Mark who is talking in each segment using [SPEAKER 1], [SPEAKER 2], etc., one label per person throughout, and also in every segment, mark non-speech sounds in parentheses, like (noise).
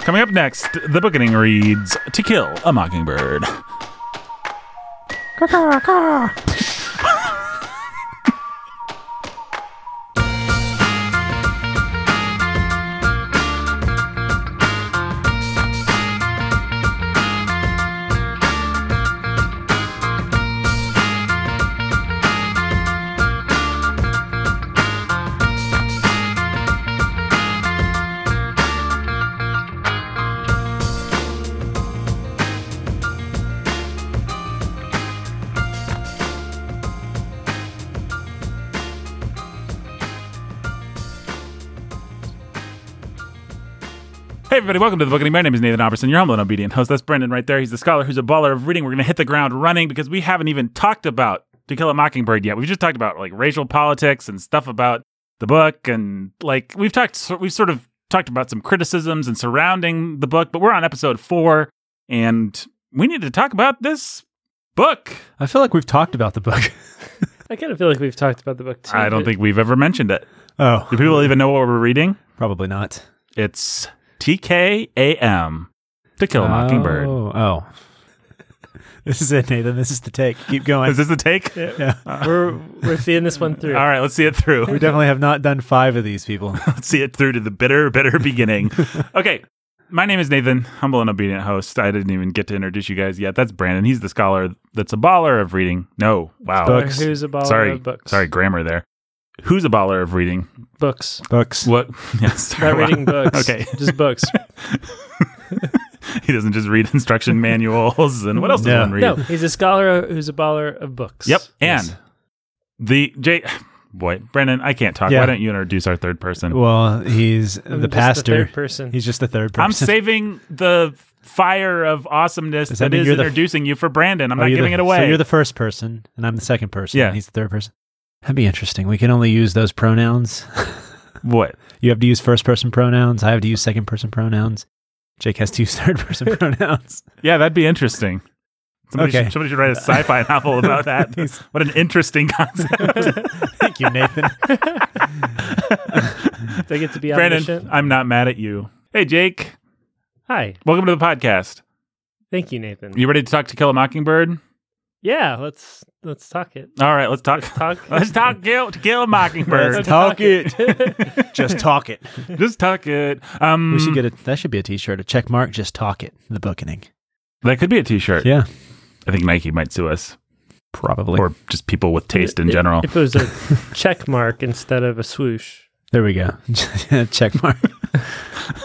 [SPEAKER 1] Coming up next, the beginning reads To Kill a Mockingbird. Hey, everybody, welcome to the Book Anime. My name is Nathan Oberson, your humble and obedient host. That's Brendan right there. He's the scholar who's a baller of reading. We're going to hit the ground running because we haven't even talked about To Kill a Mockingbird yet. We've just talked about like racial politics and stuff about the book, and like we've talked, so- we've sort of talked about some criticisms and surrounding the book, but we're on episode four, and we need to talk about this book.
[SPEAKER 2] I feel like we've talked about the book. (laughs)
[SPEAKER 3] I kind of feel like we've talked about the book too.
[SPEAKER 1] I don't
[SPEAKER 3] but
[SPEAKER 1] think we've ever mentioned it.
[SPEAKER 2] oh,
[SPEAKER 1] Do people even know what we're reading?
[SPEAKER 2] probably not.
[SPEAKER 1] It's TKAM, To Kill a Mockingbird.
[SPEAKER 2] Oh, oh. (laughs) this is it, Nathan. This is the take. Keep
[SPEAKER 1] (laughs)
[SPEAKER 2] going.
[SPEAKER 1] Is this the take?
[SPEAKER 2] yeah.
[SPEAKER 3] we're we're seeing this one through.
[SPEAKER 1] (laughs) All right, let's see it
[SPEAKER 2] We
[SPEAKER 1] through.
[SPEAKER 3] (laughs)
[SPEAKER 2] definitely have not done five of these people.
[SPEAKER 1] Let's see it through to the bitter, bitter
[SPEAKER 3] (laughs)
[SPEAKER 1] beginning. Okay. My name is Nathan, humble and obedient host. I didn't even get to introduce you guys yet. That's Brandon. He's the scholar that's a baller of reading. No, wow.
[SPEAKER 2] Book.
[SPEAKER 3] Or
[SPEAKER 2] Books.
[SPEAKER 3] Who's a baller
[SPEAKER 1] Sorry,
[SPEAKER 3] of books?
[SPEAKER 1] sorry, grammar there. Who's a baller of reading? (laughs)
[SPEAKER 3] books.
[SPEAKER 2] Books.
[SPEAKER 1] What? Yes, sorry,
[SPEAKER 3] Not
[SPEAKER 1] wow.
[SPEAKER 3] reading books.
[SPEAKER 1] Okay,
[SPEAKER 3] (laughs) just books.
[SPEAKER 1] (laughs) he doesn't just read (laughs) instruction manuals and what else does
[SPEAKER 2] No.
[SPEAKER 1] one (laughs) read?
[SPEAKER 3] no, he's a scholar who's a baller of books.
[SPEAKER 1] Yep, and
[SPEAKER 2] Yes.
[SPEAKER 1] the J. (sighs) Boy, Brandon, I can't talk.
[SPEAKER 2] Yeah.
[SPEAKER 1] Why don't you introduce our third person?
[SPEAKER 2] Well, he's
[SPEAKER 3] I'm
[SPEAKER 2] the
[SPEAKER 3] just
[SPEAKER 2] (laughs) pastor.
[SPEAKER 3] third person.
[SPEAKER 2] he's just the third person.
[SPEAKER 1] I'm saving the fire of awesomeness
[SPEAKER 2] Does that
[SPEAKER 1] that
[SPEAKER 2] mean
[SPEAKER 1] is
[SPEAKER 2] you're the-
[SPEAKER 1] introducing you for Brandon. I'm
[SPEAKER 2] Oh,
[SPEAKER 1] not
[SPEAKER 2] you're
[SPEAKER 1] giving
[SPEAKER 2] the-
[SPEAKER 1] it away.
[SPEAKER 2] So you're the first person, and I'm the second person.
[SPEAKER 1] Yeah.
[SPEAKER 2] and he's the third person. That'd be interesting. We can only use those pronouns.
[SPEAKER 1] what?
[SPEAKER 2] You have to use first person pronouns. I have to use second person pronouns. Jake has to use third person (laughs) pronouns.
[SPEAKER 1] Yeah, that'd be interesting. Somebody,
[SPEAKER 2] Okay.
[SPEAKER 1] should, somebody should write a
[SPEAKER 2] (laughs)
[SPEAKER 1] sci-fi novel about that.
[SPEAKER 2] He's-
[SPEAKER 1] what an interesting (laughs) concept.
[SPEAKER 2] Thank you, Nathan.
[SPEAKER 3] Do I get to be
[SPEAKER 1] Brandon,
[SPEAKER 3] omniscient?
[SPEAKER 1] I'm not mad at you. Hey, Jake.
[SPEAKER 3] Hi,
[SPEAKER 1] Welcome to the podcast.
[SPEAKER 3] thank you, Nathan.
[SPEAKER 1] You ready to talk to Kill a Mockingbird?
[SPEAKER 3] yeah, let's let's talk it.
[SPEAKER 1] All right, let's talk.
[SPEAKER 2] (laughs)
[SPEAKER 3] Talk.
[SPEAKER 1] (laughs) Let's talk kill, to kill a mockingbird.
[SPEAKER 2] Let's talk (laughs) Just talk it. Mm.
[SPEAKER 1] Just talk it. Um,
[SPEAKER 2] We should get a that should be a t-shirt, a check mark, just talk it, the bookening.
[SPEAKER 1] that could be a t-shirt.
[SPEAKER 2] Yeah.
[SPEAKER 1] I think Nike might sue us,
[SPEAKER 2] Probably.
[SPEAKER 1] or just people with taste in
[SPEAKER 3] If-
[SPEAKER 1] general.
[SPEAKER 3] If it was a check mark instead of a swoosh.
[SPEAKER 2] there we go. (laughs) check mark.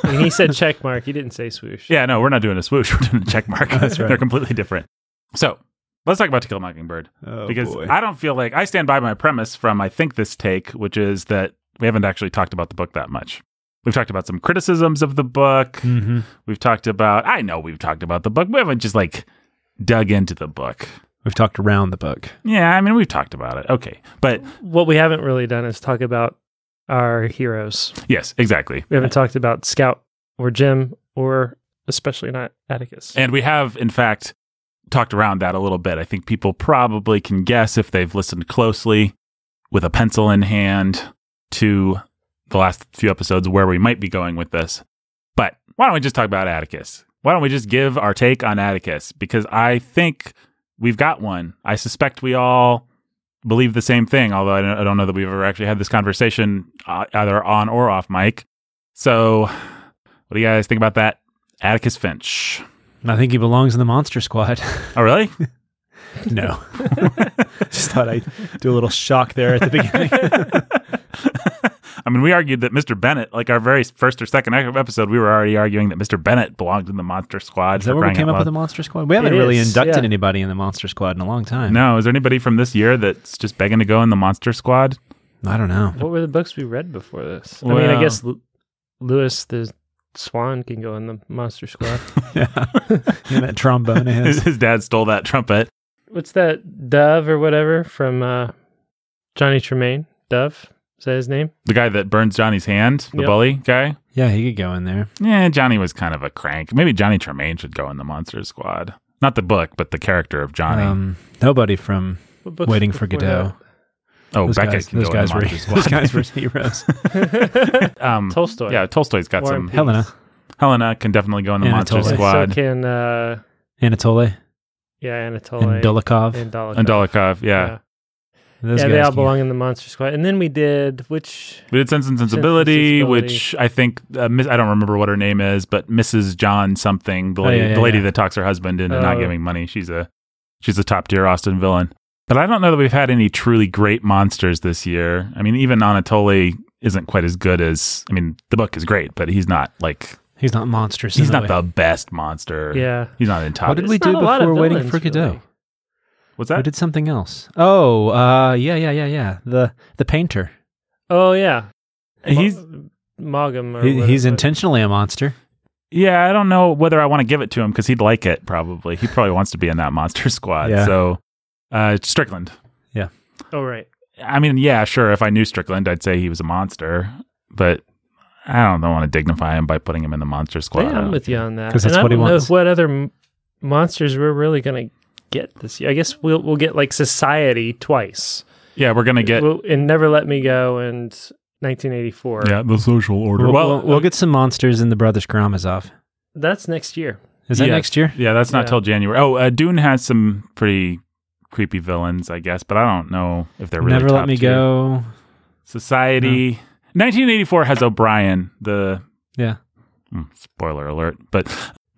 [SPEAKER 3] I mean, he said check mark. He didn't say swoosh.
[SPEAKER 1] Yeah, no, we're not doing a swoosh. (laughs) We're doing a check mark.
[SPEAKER 2] That's
[SPEAKER 1] (laughs)
[SPEAKER 2] right.
[SPEAKER 1] They're completely different. So let's talk about To Kill a Mockingbird
[SPEAKER 2] Oh,
[SPEAKER 1] because I don't feel like I stand by my premise from I think this take, which is that we haven't actually talked about the book that much. We've talked about some criticisms of the book.
[SPEAKER 2] hmm
[SPEAKER 1] We've talked about, I know we've talked about the book. We haven't just like dug into the book.
[SPEAKER 2] We've talked around the book.
[SPEAKER 1] Yeah, I mean, we've talked about it. Okay. But
[SPEAKER 3] What we haven't really done is talk about our heroes.
[SPEAKER 1] yes, exactly.
[SPEAKER 3] We haven't talked about Scout or Jim or especially not Atticus.
[SPEAKER 1] And we have, in fact, talked around that a little bit. I think people probably can guess if they've listened closely with a pencil in hand to the last few episodes where we might be going with this. But why don't we just talk about Atticus? Why don't we just give our take on Atticus? Because I think we've got one. I suspect we all believe the same thing, although I don't, I don't know that we've ever actually had this conversation uh, either on or off mic. So, what do you guys think about that? Atticus Finch.
[SPEAKER 2] And I think he belongs in the monster squad. (laughs)
[SPEAKER 1] Oh, really? (laughs)
[SPEAKER 2] no. (laughs) just thought I'd do a little shock there at the (laughs) beginning.
[SPEAKER 1] I mean, we argued that Mr. Bennett, like our very first or second episode, we were already arguing that Mr. Bennett belonged in the Monster Squad.
[SPEAKER 2] is that
[SPEAKER 1] for
[SPEAKER 2] where we
[SPEAKER 1] crying
[SPEAKER 2] came
[SPEAKER 1] out
[SPEAKER 2] up with the
[SPEAKER 1] loud.
[SPEAKER 2] monster squad? We haven't
[SPEAKER 3] It
[SPEAKER 2] really
[SPEAKER 3] is,
[SPEAKER 2] inducted
[SPEAKER 3] yeah.
[SPEAKER 2] anybody in the monster squad in a long time.
[SPEAKER 1] No, is there anybody from this year that's just begging to go in the Monster Squad?
[SPEAKER 2] I don't (laughs) know.
[SPEAKER 3] what were the books we read before this? I mean,
[SPEAKER 1] Well-
[SPEAKER 3] I guess L- Lewis the Swan can go in the Monster Squad.
[SPEAKER 2] Yeah. and that
[SPEAKER 1] (laughs)
[SPEAKER 2] trombone of
[SPEAKER 1] His,
[SPEAKER 2] (laughs) his.
[SPEAKER 1] his dad stole that trumpet.
[SPEAKER 3] What's that Dove or whatever from uh, Johnny Tremaine? Dove is that his name?
[SPEAKER 1] The guy that burns Johnny's hand, the
[SPEAKER 3] Yep.
[SPEAKER 1] bully guy.
[SPEAKER 2] Yeah, he could go in there.
[SPEAKER 1] Yeah, Johnny was kind of a crank. Maybe Johnny Tremaine should go in the Monster Squad. Not the book, but the character of Johnny.
[SPEAKER 2] Um, nobody from
[SPEAKER 3] What books
[SPEAKER 2] Waiting for
[SPEAKER 3] before
[SPEAKER 2] Godot.
[SPEAKER 1] oh,
[SPEAKER 2] those
[SPEAKER 1] Becca
[SPEAKER 2] guys,
[SPEAKER 1] can
[SPEAKER 2] (laughs) those
[SPEAKER 1] go
[SPEAKER 2] guys
[SPEAKER 1] in the
[SPEAKER 2] were
[SPEAKER 1] Monster Squad.
[SPEAKER 2] (laughs) those guys were heroes.
[SPEAKER 3] that?
[SPEAKER 1] um,
[SPEAKER 3] (laughs) Tolstoy.
[SPEAKER 1] yeah, Tolstoy's got
[SPEAKER 3] War
[SPEAKER 1] some.
[SPEAKER 3] and Peace.
[SPEAKER 2] Helena.
[SPEAKER 1] Helena can definitely go in the Monster
[SPEAKER 2] Anatoly.
[SPEAKER 3] And
[SPEAKER 1] Squad.
[SPEAKER 3] So can uh,
[SPEAKER 2] Anatole
[SPEAKER 3] yeah, Anatoly
[SPEAKER 2] and Dolokhov.
[SPEAKER 3] and Dolokhov.
[SPEAKER 1] and Dolokhov, yeah.
[SPEAKER 2] Those
[SPEAKER 3] yeah,
[SPEAKER 2] guys
[SPEAKER 3] they all
[SPEAKER 2] can-
[SPEAKER 3] belong in the Monster Squad. And then we did which
[SPEAKER 1] We did Sense and
[SPEAKER 3] and
[SPEAKER 1] Sensibility,
[SPEAKER 3] Sensibility.
[SPEAKER 1] which I think uh, miss, I don't remember what her name is, but Mrs. John something, the
[SPEAKER 2] Oh,
[SPEAKER 1] lady,
[SPEAKER 2] yeah, yeah,
[SPEAKER 1] the lady
[SPEAKER 2] yeah.
[SPEAKER 1] that talks her husband into not
[SPEAKER 3] Oh.
[SPEAKER 1] giving money. She's a she's a top tier Austin villain. But I don't know that we've had any truly great monsters this year. I mean, even Anatoly isn't quite as good as I mean, the book is great, but he's not like
[SPEAKER 2] He's not monstrous.
[SPEAKER 1] he's
[SPEAKER 2] in
[SPEAKER 1] not
[SPEAKER 2] that way.
[SPEAKER 1] the best monster.
[SPEAKER 3] yeah.
[SPEAKER 1] he's not in top.
[SPEAKER 2] What did
[SPEAKER 3] There's
[SPEAKER 2] we do
[SPEAKER 3] not a lot of
[SPEAKER 2] before Waiting
[SPEAKER 3] villains,
[SPEAKER 2] for Godot?
[SPEAKER 3] really.
[SPEAKER 1] What's
[SPEAKER 2] We
[SPEAKER 1] that?
[SPEAKER 2] did something else. Oh, uh, yeah, yeah, yeah, yeah. The the painter.
[SPEAKER 3] Oh yeah,
[SPEAKER 1] he's
[SPEAKER 3] Ma- Mogum. Or
[SPEAKER 2] He,
[SPEAKER 3] whatever,
[SPEAKER 2] he's
[SPEAKER 3] but-
[SPEAKER 2] intentionally a monster.
[SPEAKER 1] Yeah, I don't know whether I want to give it to him because he'd like it probably. He probably wants to be in that monster (laughs) squad.
[SPEAKER 2] Yeah.
[SPEAKER 1] So, uh, Strickland.
[SPEAKER 3] Oh right.
[SPEAKER 1] I mean, yeah, sure. If I knew Strickland, I'd say he was a monster, but I don't, want to dignify him by putting him in the monster squad.
[SPEAKER 3] yeah, I'm with you on that.
[SPEAKER 2] 'Cause
[SPEAKER 3] And
[SPEAKER 2] that's
[SPEAKER 3] I
[SPEAKER 2] what he
[SPEAKER 3] don't know
[SPEAKER 2] wants.
[SPEAKER 3] what other m- monsters we're really gonna get this year. I guess we'll we'll get like Society twice.
[SPEAKER 1] yeah, we're gonna get
[SPEAKER 3] We'll- and Never Let Me Go and 1984.
[SPEAKER 1] yeah the social order.
[SPEAKER 2] We'll,
[SPEAKER 1] well, uh,
[SPEAKER 2] we'll, we'll get some monsters in the Brothers Karamazov.
[SPEAKER 3] That's next year.
[SPEAKER 2] Is that
[SPEAKER 1] Yeah.
[SPEAKER 2] next year?
[SPEAKER 1] yeah, that's not
[SPEAKER 3] yeah.
[SPEAKER 1] till January. Oh, uh, Dune has some pretty creepy villains, I guess, but I don't know if they're really
[SPEAKER 2] Never
[SPEAKER 1] top
[SPEAKER 2] let me
[SPEAKER 1] tier.
[SPEAKER 2] go.
[SPEAKER 1] Society. 1984 has O'Brien, the
[SPEAKER 2] Yeah.
[SPEAKER 1] mm, spoiler alert, but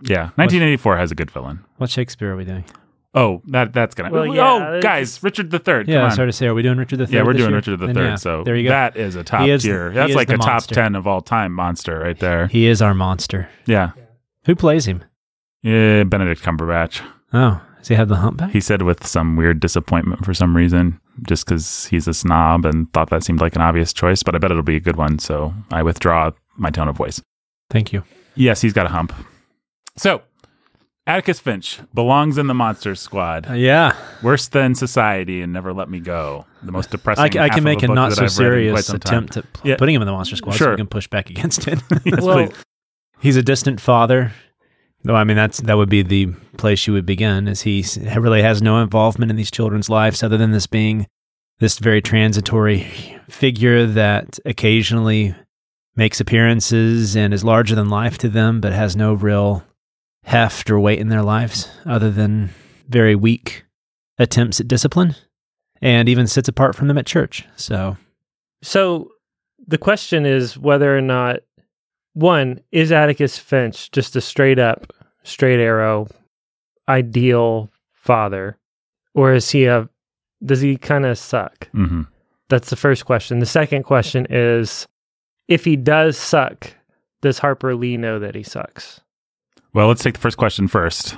[SPEAKER 1] yeah, 1984 has a good villain.
[SPEAKER 2] What Shakespeare are we doing?
[SPEAKER 1] Oh, that that's gonna.
[SPEAKER 3] Well,
[SPEAKER 1] oh,
[SPEAKER 3] yeah,
[SPEAKER 1] oh,
[SPEAKER 3] it's
[SPEAKER 1] guys, Richard the Third.
[SPEAKER 2] Yeah, I
[SPEAKER 1] come on.
[SPEAKER 2] was sorry to say, are we doing Richard the Third?
[SPEAKER 1] yeah, we're
[SPEAKER 2] this
[SPEAKER 1] doing
[SPEAKER 2] year?
[SPEAKER 1] Richard the
[SPEAKER 2] Then,
[SPEAKER 1] Third.
[SPEAKER 2] yeah,
[SPEAKER 1] So
[SPEAKER 2] there you go.
[SPEAKER 1] that is a top
[SPEAKER 2] He is the-
[SPEAKER 1] tier.
[SPEAKER 2] he
[SPEAKER 1] That's
[SPEAKER 2] is
[SPEAKER 1] like
[SPEAKER 2] the
[SPEAKER 1] a top
[SPEAKER 2] monster.
[SPEAKER 1] ten of all time monster right
[SPEAKER 2] (laughs)
[SPEAKER 1] there.
[SPEAKER 2] he is our monster.
[SPEAKER 1] Yeah,
[SPEAKER 2] Who plays him?
[SPEAKER 1] yeah. Benedict Cumberbatch.
[SPEAKER 2] Oh, does he have the humpback?
[SPEAKER 1] He said with some weird disappointment for some reason, just because he's a snob and thought that seemed like an obvious choice. But I bet it'll be a good one. So I withdraw my tone of voice.
[SPEAKER 2] Thank you.
[SPEAKER 1] Yes, he's got a hump. So. Atticus Finch belongs in the Monster Squad.
[SPEAKER 2] Uh, yeah,
[SPEAKER 1] Worse than Society and Never Let Me Go. The most depressing.
[SPEAKER 2] I, c- I
[SPEAKER 1] half of
[SPEAKER 2] can make a
[SPEAKER 1] book
[SPEAKER 2] not
[SPEAKER 1] that
[SPEAKER 2] so
[SPEAKER 1] I've read in quite
[SPEAKER 2] serious
[SPEAKER 1] some time.
[SPEAKER 2] attempt at pl-
[SPEAKER 1] Yeah.
[SPEAKER 2] putting him in the monster squad, so
[SPEAKER 1] Sure.
[SPEAKER 2] we can push back against
[SPEAKER 1] (laughs)
[SPEAKER 2] it.
[SPEAKER 1] Yes,
[SPEAKER 3] well,
[SPEAKER 1] please.
[SPEAKER 2] He's a distant father. No, I mean that's that would be the place you would begin, as he s- really has no involvement in these children's lives other than this being this very transitory figure that occasionally makes appearances and is larger than life to them, but has no real heft or weight in their lives other than very weak attempts at discipline, and even sits apart from them at church. So
[SPEAKER 3] so the question is whether or not one is Atticus Finch just a straight up, straight arrow, ideal father, or is he a does he kind of suck?
[SPEAKER 1] Mm-hmm.
[SPEAKER 3] That's the first question. The second question is if he does suck, does Harper Lee know that he sucks?
[SPEAKER 1] Well, let's take the first question first.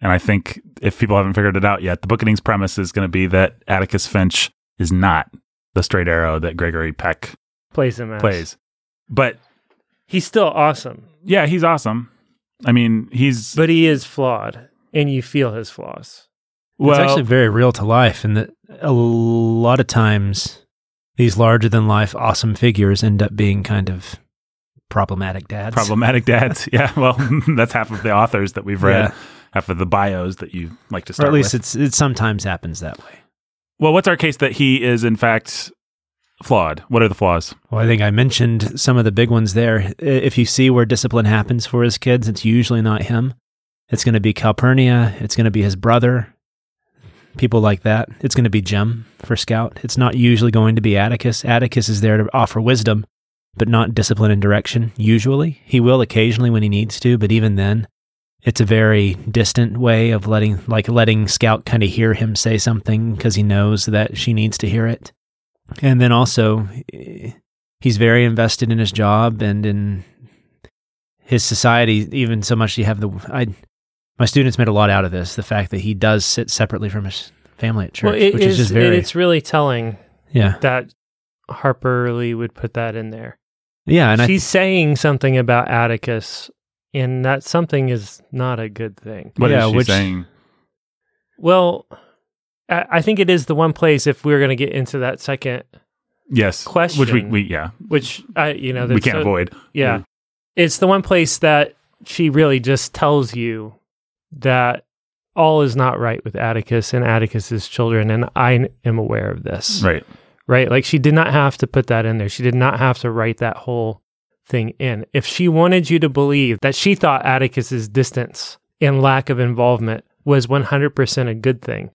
[SPEAKER 1] And I think if people haven't figured it out yet, the bookending's premise is going to be that Atticus Finch is not the straight arrow that Gregory Peck
[SPEAKER 3] Plays him as
[SPEAKER 1] plays. But
[SPEAKER 3] He's still awesome,
[SPEAKER 1] yeah, he's awesome. I mean, he's
[SPEAKER 3] but he is flawed, and you feel his flaws.
[SPEAKER 1] well,
[SPEAKER 2] it's actually very real to life, and that a lot of times these larger than life awesome figures end up being kind of problematic
[SPEAKER 1] (laughs)
[SPEAKER 2] dads.
[SPEAKER 1] problematic dads. (laughs) yeah, well, that's half of the authors that we've read,
[SPEAKER 2] Yeah.
[SPEAKER 1] half of the bios that you like to
[SPEAKER 2] or
[SPEAKER 1] start
[SPEAKER 2] at least
[SPEAKER 1] with.
[SPEAKER 2] it's it sometimes happens that way.
[SPEAKER 1] Well, what's our case that he is in fact flawed? What are the flaws?
[SPEAKER 2] Well, I think I mentioned some of the big ones there. I- If you see where discipline happens for his kids, it's usually not him. It's going to be Calpurnia. It's going to be his brother. People like that. It's going to be Jim for Scout. It's not usually going to be Atticus. Atticus is there to offer wisdom, but not discipline and direction, usually. He will occasionally when he needs to, but even then, it's a very distant way of letting, like letting Scout kind of hear him say something because he knows that she needs to hear it. And then also, eh, he's very invested in his job and in his society even so much you have the i my students made a lot out of this the fact that he does sit separately from his family at church
[SPEAKER 3] it
[SPEAKER 2] which is, just
[SPEAKER 3] it-
[SPEAKER 2] very
[SPEAKER 3] it's really telling
[SPEAKER 2] yeah
[SPEAKER 3] that Harper Lee would put that in there.
[SPEAKER 2] yeah and i
[SPEAKER 3] She's saying something about Atticus, and that something is not a good thing.
[SPEAKER 1] What is
[SPEAKER 2] Yeah,
[SPEAKER 1] she
[SPEAKER 2] which-
[SPEAKER 1] saying?
[SPEAKER 3] Well, I, I think it is the one place if we're going to get into that second,
[SPEAKER 1] Yes, Which we,
[SPEAKER 3] Question.
[SPEAKER 1] we yeah
[SPEAKER 3] which I you know
[SPEAKER 1] we
[SPEAKER 3] that's
[SPEAKER 1] can't
[SPEAKER 3] so-
[SPEAKER 1] avoid.
[SPEAKER 3] Yeah,
[SPEAKER 1] Mm.
[SPEAKER 3] it's the one place that she really just tells you that all is not right with Atticus and Atticus's children, and I am aware of this.
[SPEAKER 1] Right.
[SPEAKER 3] right? Like she did not have to put that in there. She did not have to write that whole thing in. If she wanted you to believe that she thought Atticus's distance and lack of involvement was 100% a good thing,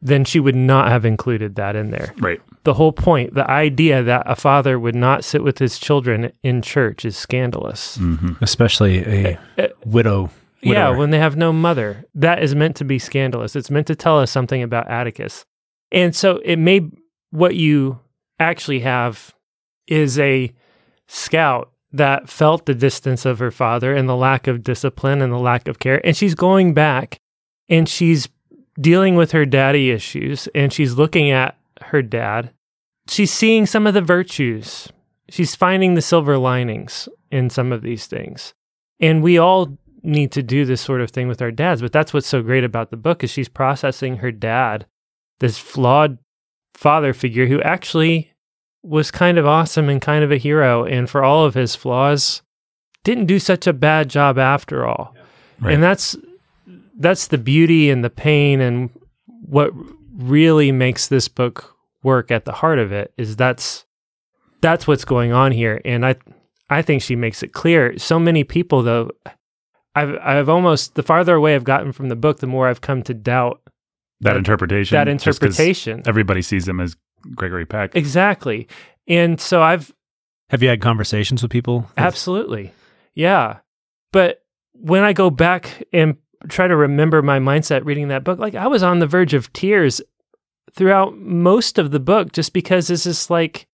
[SPEAKER 3] then she would not have included that in there.
[SPEAKER 1] Right.
[SPEAKER 3] The whole point, the idea that a father would not sit with his children in church is scandalous.
[SPEAKER 1] Mm-hmm.
[SPEAKER 2] especially a
[SPEAKER 3] Uh,
[SPEAKER 2] widow.
[SPEAKER 3] Yeah,
[SPEAKER 2] widower.
[SPEAKER 3] when they have no mother. That is meant to be scandalous. It's meant to tell us something about Atticus. And so it may what you actually have is a scout that felt the distance of her father and the lack of discipline and the lack of care. And she's going back and she's dealing with her daddy issues and she's looking at her dad. She's seeing some of the virtues. She's finding the silver linings in some of these things. And we all need to do this sort of thing with our dads, but that's what's so great about the book is she's processing her dad, this flawed father figure who actually was kind of awesome and kind of a hero and for all of his flaws didn't do such a bad job after all.
[SPEAKER 1] Right.
[SPEAKER 3] And that's that's the beauty and the pain and what really makes this book work at the heart of it is that's that's what's going on here and I I think she makes it clear. So many people though I've I've almost the farther away I've gotten from the book the more I've come to doubt
[SPEAKER 1] That interpretation.
[SPEAKER 3] that
[SPEAKER 1] just 'cause
[SPEAKER 3] interpretation.
[SPEAKER 1] Everybody sees him as Gregory
[SPEAKER 3] (laughs)
[SPEAKER 1] Peck.
[SPEAKER 3] Exactly. And so I've
[SPEAKER 2] Have you had conversations with people?
[SPEAKER 3] Absolutely. Yeah. But when I go back and try to remember my mindset reading that book, like I was on the verge of tears throughout most of the book just because it's just like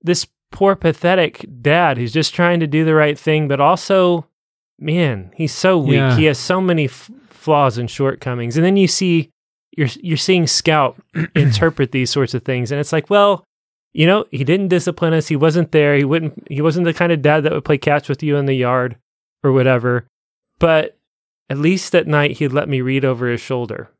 [SPEAKER 3] this poor, pathetic dad who's just trying to do the right thing, but also, man, he's so weak.
[SPEAKER 2] Yeah.
[SPEAKER 3] He has so many f- flaws and shortcomings. And then you see, you're, you're seeing Scout interpret these sorts of things. And it's like, well, you know, he didn't discipline us. He wasn't there. He wouldn't. He wasn't the kind of dad that would play catch with you in the yard or whatever. But at least at night, he'd let me read over his shoulder.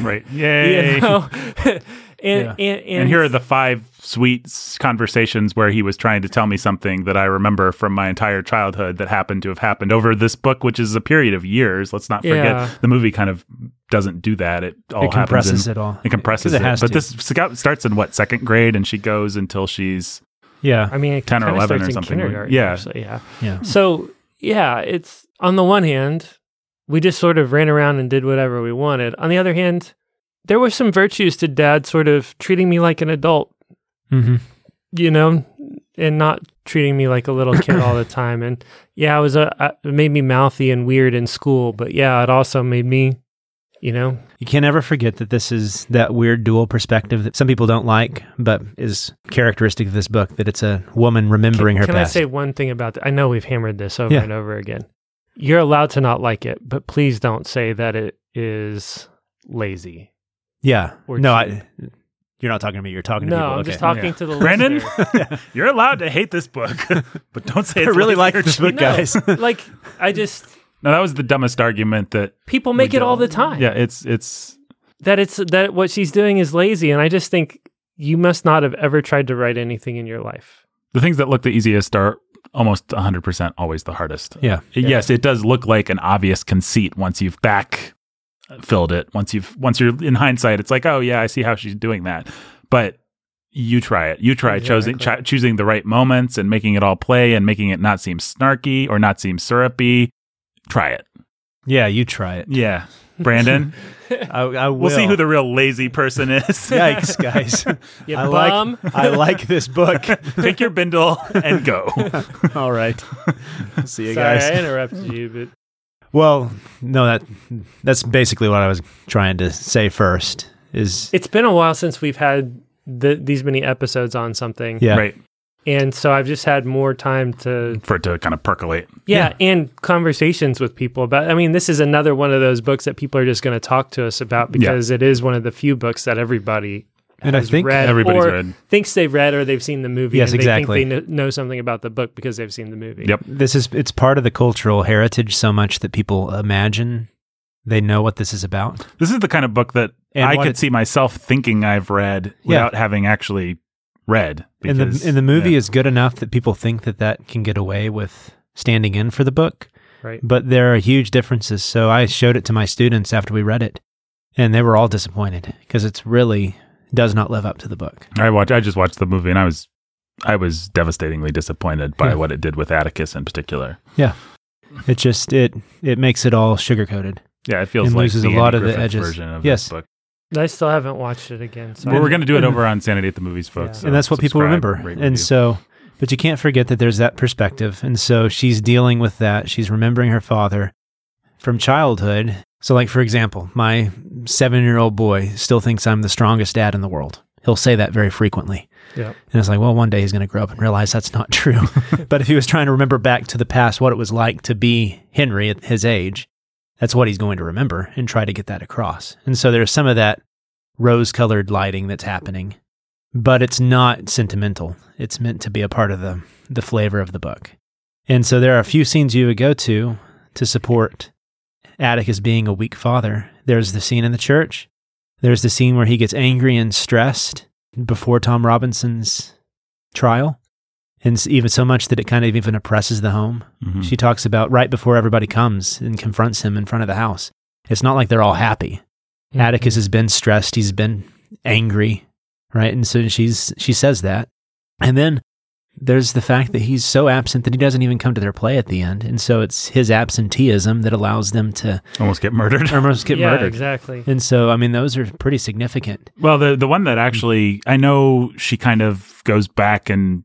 [SPEAKER 1] Right.
[SPEAKER 3] You
[SPEAKER 1] Yay. (laughs)
[SPEAKER 3] know? and,
[SPEAKER 2] Yeah.
[SPEAKER 3] and, and
[SPEAKER 1] And here are the five sweet s- conversations where he was trying to tell me something that I remember from my entire childhood that happened to have happened over this book, which is a period of years. Let's not forget
[SPEAKER 3] Yeah.
[SPEAKER 1] the movie kind of doesn't do that. It all
[SPEAKER 2] it
[SPEAKER 1] happens
[SPEAKER 2] compresses
[SPEAKER 1] in,
[SPEAKER 2] it all.
[SPEAKER 1] it compresses
[SPEAKER 2] 'Cause
[SPEAKER 1] it.
[SPEAKER 2] has
[SPEAKER 1] but
[SPEAKER 2] to.
[SPEAKER 1] this scout starts in what second grade, and she goes until she's
[SPEAKER 2] yeah,
[SPEAKER 3] I mean, it
[SPEAKER 1] 10 or
[SPEAKER 3] kinda
[SPEAKER 1] 11
[SPEAKER 3] starts
[SPEAKER 1] or
[SPEAKER 3] in
[SPEAKER 1] something.
[SPEAKER 3] kindergarten,
[SPEAKER 1] Yeah.
[SPEAKER 3] actually, yeah.
[SPEAKER 2] yeah.
[SPEAKER 3] So yeah, it's on the one hand, we just sort of ran around and did whatever we wanted. On the other hand, there were some virtues to dad sort of treating me like an adult
[SPEAKER 2] Mm-hmm.
[SPEAKER 3] you know, and not treating me like a little kid
[SPEAKER 1] (coughs)
[SPEAKER 3] all the time. And yeah, I was a, I- it made me mouthy and weird in school, but yeah, it also made me, you know,
[SPEAKER 2] You can't ever forget that this is that weird dual perspective that some people don't like, but is characteristic of this book. That it's a woman remembering her
[SPEAKER 3] can
[SPEAKER 2] past.
[SPEAKER 3] I say one thing about that? I know we've hammered this over
[SPEAKER 2] Yeah.
[SPEAKER 3] and over again. You're allowed to not like it, but please don't say that it is lazy.
[SPEAKER 2] yeah.
[SPEAKER 3] or
[SPEAKER 2] No,
[SPEAKER 3] cheap.
[SPEAKER 2] I, you're not talking to me. You're talking
[SPEAKER 3] No,
[SPEAKER 2] to people.
[SPEAKER 3] I'm
[SPEAKER 2] okay. (laughs)
[SPEAKER 3] just talking
[SPEAKER 1] Yeah.
[SPEAKER 3] to the
[SPEAKER 1] Brandon.
[SPEAKER 3] listener.
[SPEAKER 1] (laughs) You're allowed to hate this book, (laughs) but don't say
[SPEAKER 2] I
[SPEAKER 1] it's
[SPEAKER 2] really like
[SPEAKER 1] lazy or
[SPEAKER 2] this
[SPEAKER 1] cheap.
[SPEAKER 3] (laughs)
[SPEAKER 2] book, guys. (laughs)
[SPEAKER 3] like I just
[SPEAKER 1] No, that was the dumbest argument that.
[SPEAKER 3] people make it all the time.
[SPEAKER 1] Yeah, it's it's
[SPEAKER 3] that it's that what she's doing is lazy, and I just think you must not have ever tried to write anything in your life.
[SPEAKER 1] the things that look the easiest are almost 100% always the hardest.
[SPEAKER 2] yeah.
[SPEAKER 1] Yes, it does look like an obvious conceit once you've back filled it. Once you've once you're in hindsight, it's like, oh yeah, I see how she's doing that. But you try it. You try choosing
[SPEAKER 3] Exactly.
[SPEAKER 1] chi- choosing the right moments and making it all play and making it not seem snarky or not seem syrupy. Try it.
[SPEAKER 2] Yeah. (laughs) You try it.
[SPEAKER 1] Yeah, (laughs) Brandon.
[SPEAKER 2] I,
[SPEAKER 3] (laughs)
[SPEAKER 2] I will.
[SPEAKER 1] we'll see who the real lazy person is. (laughs)
[SPEAKER 2] Yikes, guys.
[SPEAKER 3] You
[SPEAKER 2] I
[SPEAKER 3] bum.
[SPEAKER 2] like. I like this
[SPEAKER 3] (laughs)
[SPEAKER 2] book.
[SPEAKER 1] Take your bindle and
[SPEAKER 2] (laughs)
[SPEAKER 1] go.
[SPEAKER 2] All right. (laughs) See (laughs) you
[SPEAKER 3] Sorry,
[SPEAKER 2] guys.
[SPEAKER 3] I interrupted you, but
[SPEAKER 2] Well, no, that that's basically what I was trying to say first. Is
[SPEAKER 3] it's been a while since we've had th these many episodes on something,
[SPEAKER 2] yeah,
[SPEAKER 1] Right.
[SPEAKER 3] and so I've just had more time to
[SPEAKER 1] For it to kind of percolate.
[SPEAKER 3] yeah, and conversations with people about. I mean, this is another one of those books that people are just going to talk to us about because it is one of the few books that everybody
[SPEAKER 2] and I
[SPEAKER 3] has
[SPEAKER 2] think
[SPEAKER 3] read
[SPEAKER 1] everybody's
[SPEAKER 3] or
[SPEAKER 1] read.
[SPEAKER 3] thinks they've read or they've seen the movie.
[SPEAKER 2] Yes,
[SPEAKER 3] and
[SPEAKER 2] exactly.
[SPEAKER 3] They think they kn- know something about the book because they've seen the movie.
[SPEAKER 1] Yep.
[SPEAKER 2] this is it's part of the cultural heritage so much that people imagine they know what this is about.
[SPEAKER 1] This is the kind of book that
[SPEAKER 2] And
[SPEAKER 1] I
[SPEAKER 2] what
[SPEAKER 1] could
[SPEAKER 2] it-
[SPEAKER 1] see myself thinking I've read
[SPEAKER 2] Yeah.
[SPEAKER 1] without having actually read.
[SPEAKER 2] And the
[SPEAKER 1] because-
[SPEAKER 2] and the movie
[SPEAKER 1] yeah.
[SPEAKER 2] is good enough that people think that that can get away with standing in for the book,
[SPEAKER 3] Right.
[SPEAKER 2] but there are huge differences. So I showed it to my students after we read it, and they were all disappointed because it's really does not live up to the book.
[SPEAKER 1] I watch. I just watched the movie and I was I was devastatingly disappointed by
[SPEAKER 2] Yeah.
[SPEAKER 1] what it did with Atticus in particular.
[SPEAKER 2] It just it it makes it all sugar coated.
[SPEAKER 1] Yeah, it feels
[SPEAKER 2] And
[SPEAKER 1] like
[SPEAKER 2] loses
[SPEAKER 1] the
[SPEAKER 2] a lot
[SPEAKER 1] Andy
[SPEAKER 2] of the
[SPEAKER 1] Griffith
[SPEAKER 2] edges.
[SPEAKER 1] version of
[SPEAKER 2] Yes.
[SPEAKER 1] this book.
[SPEAKER 3] I still haven't watched it again. So
[SPEAKER 1] But we're going to do it
[SPEAKER 2] And-
[SPEAKER 1] over on Sanity at the Movies, folks.
[SPEAKER 3] Yeah.
[SPEAKER 1] so
[SPEAKER 2] and that's what people
[SPEAKER 1] subscribe,
[SPEAKER 2] remember.
[SPEAKER 1] rate,
[SPEAKER 2] and
[SPEAKER 1] review.
[SPEAKER 2] so, but you can't forget that there's that perspective. And so she's dealing with that. She's remembering her father from childhood. So, like, for example, my seven year old boy still thinks I'm the strongest dad in the world. He'll say that very frequently.
[SPEAKER 3] Yeah.
[SPEAKER 2] And it's like, well, one day he's going to grow up and realize that's not true. but if he was trying to remember back to the past what it was like to be Henry at his age, that's what he's going to remember and try to get that across. And so there's some of that rose colored lighting that's happening but it's not sentimental. It's meant to be a part of the the flavor of the book. And so there are a few scenes you would go to to support Atticus being a weak father. There's the scene in the church. There's the scene where he gets angry and stressed before Tom Robinson's trial. And s- even so much that it kind of even oppresses the home.
[SPEAKER 1] Mhm.
[SPEAKER 2] She talks about right before everybody comes and confronts him in front of the house. It's not like they're all happy.
[SPEAKER 3] Mm-hmm.
[SPEAKER 2] Atticus has been stressed. He's been angry, right? And so she's she says that, and then there's the fact that he's so absent that he doesn't even come to their play at the end, and so it's his absenteeism that allows them to
[SPEAKER 1] almost get murdered.
[SPEAKER 2] almost get
[SPEAKER 3] yeah,
[SPEAKER 2] murdered.
[SPEAKER 3] Exactly.
[SPEAKER 2] And so, I mean, those are pretty significant.
[SPEAKER 1] Well, the the one that actually I know she kind of goes back and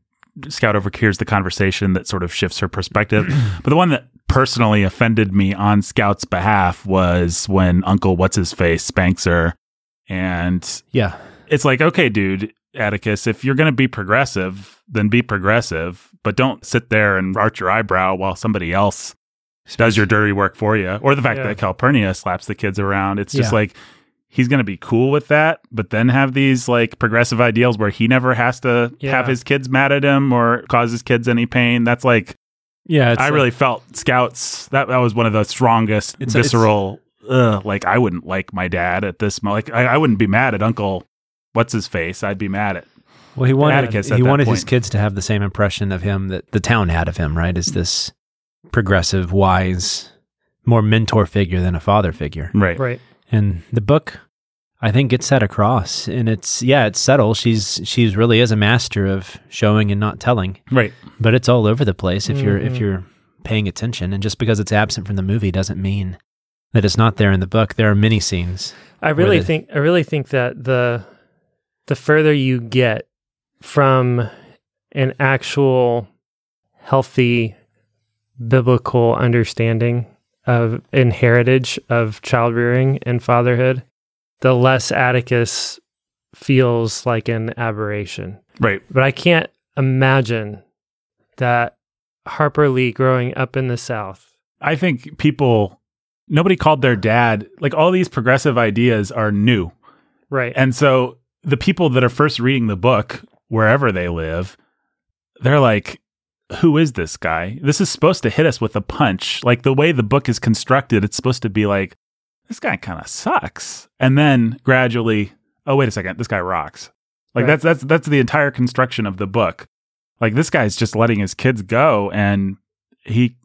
[SPEAKER 1] Scout overhears the conversation that sort of shifts her perspective. but the one that personally offended me on Scout's behalf was when Uncle What's His Face spanks her, and
[SPEAKER 2] Yeah,
[SPEAKER 1] it's like, okay, dude, Atticus, if you're going to be progressive, then be progressive, but don't sit there and arch your eyebrow while somebody else does your dirty work for you. Or the fact
[SPEAKER 3] Yeah.
[SPEAKER 1] that Calpurnia slaps the kids around. It's just
[SPEAKER 2] Yeah.
[SPEAKER 1] like he's going to be cool with that, but then have these like progressive ideals where he never has to
[SPEAKER 3] Yeah.
[SPEAKER 1] have his kids mad at him or cause his kids any pain. That's like
[SPEAKER 2] yeah.
[SPEAKER 1] I really felt Scouts that that was one of the strongest
[SPEAKER 2] It's a- it's-
[SPEAKER 1] visceral. ugh, like I wouldn't like my dad at this. mo- Like I, I wouldn't be mad at Uncle. What's his face? I'd be mad at.
[SPEAKER 2] well. He wanted
[SPEAKER 1] Atticus at
[SPEAKER 2] he
[SPEAKER 1] that
[SPEAKER 2] wanted his
[SPEAKER 1] point.
[SPEAKER 2] kids to have the same impression of him that the town had of him. Right? Is this progressive, wise, more mentor figure than a father figure?
[SPEAKER 1] Right.
[SPEAKER 3] Right.
[SPEAKER 2] and the book i think gets that across and it's yeah it's subtle she's she's really is a master of showing and not telling
[SPEAKER 1] Right.
[SPEAKER 2] but it's all over the place if you're if
[SPEAKER 1] Mm-hmm.
[SPEAKER 3] Mhm.
[SPEAKER 2] you're paying attention and just because it's absent from the movie doesn't mean that it's not there in the book there are many scenes
[SPEAKER 3] I really
[SPEAKER 2] the-
[SPEAKER 3] think I really think that the the further you get from an actual healthy biblical understanding of and heritage of child rearing and fatherhood, the less Atticus feels like an aberration.
[SPEAKER 1] Right.
[SPEAKER 3] But I can't imagine that Harper Lee growing up in the South.
[SPEAKER 1] I think people. Nobody called their dad. Like all these progressive ideas are new.
[SPEAKER 3] Right.
[SPEAKER 1] And so the people that are first reading the book, wherever they live, they're like, who is this guy? This is supposed to hit us with a punch. Like the way the book is constructed, it's supposed to be like, this guy kind of sucks. And then gradually, oh, wait a second, this guy rocks. Like
[SPEAKER 3] Right.
[SPEAKER 1] that's that's that's the entire construction of the book. Like this guy's just letting his kids go and he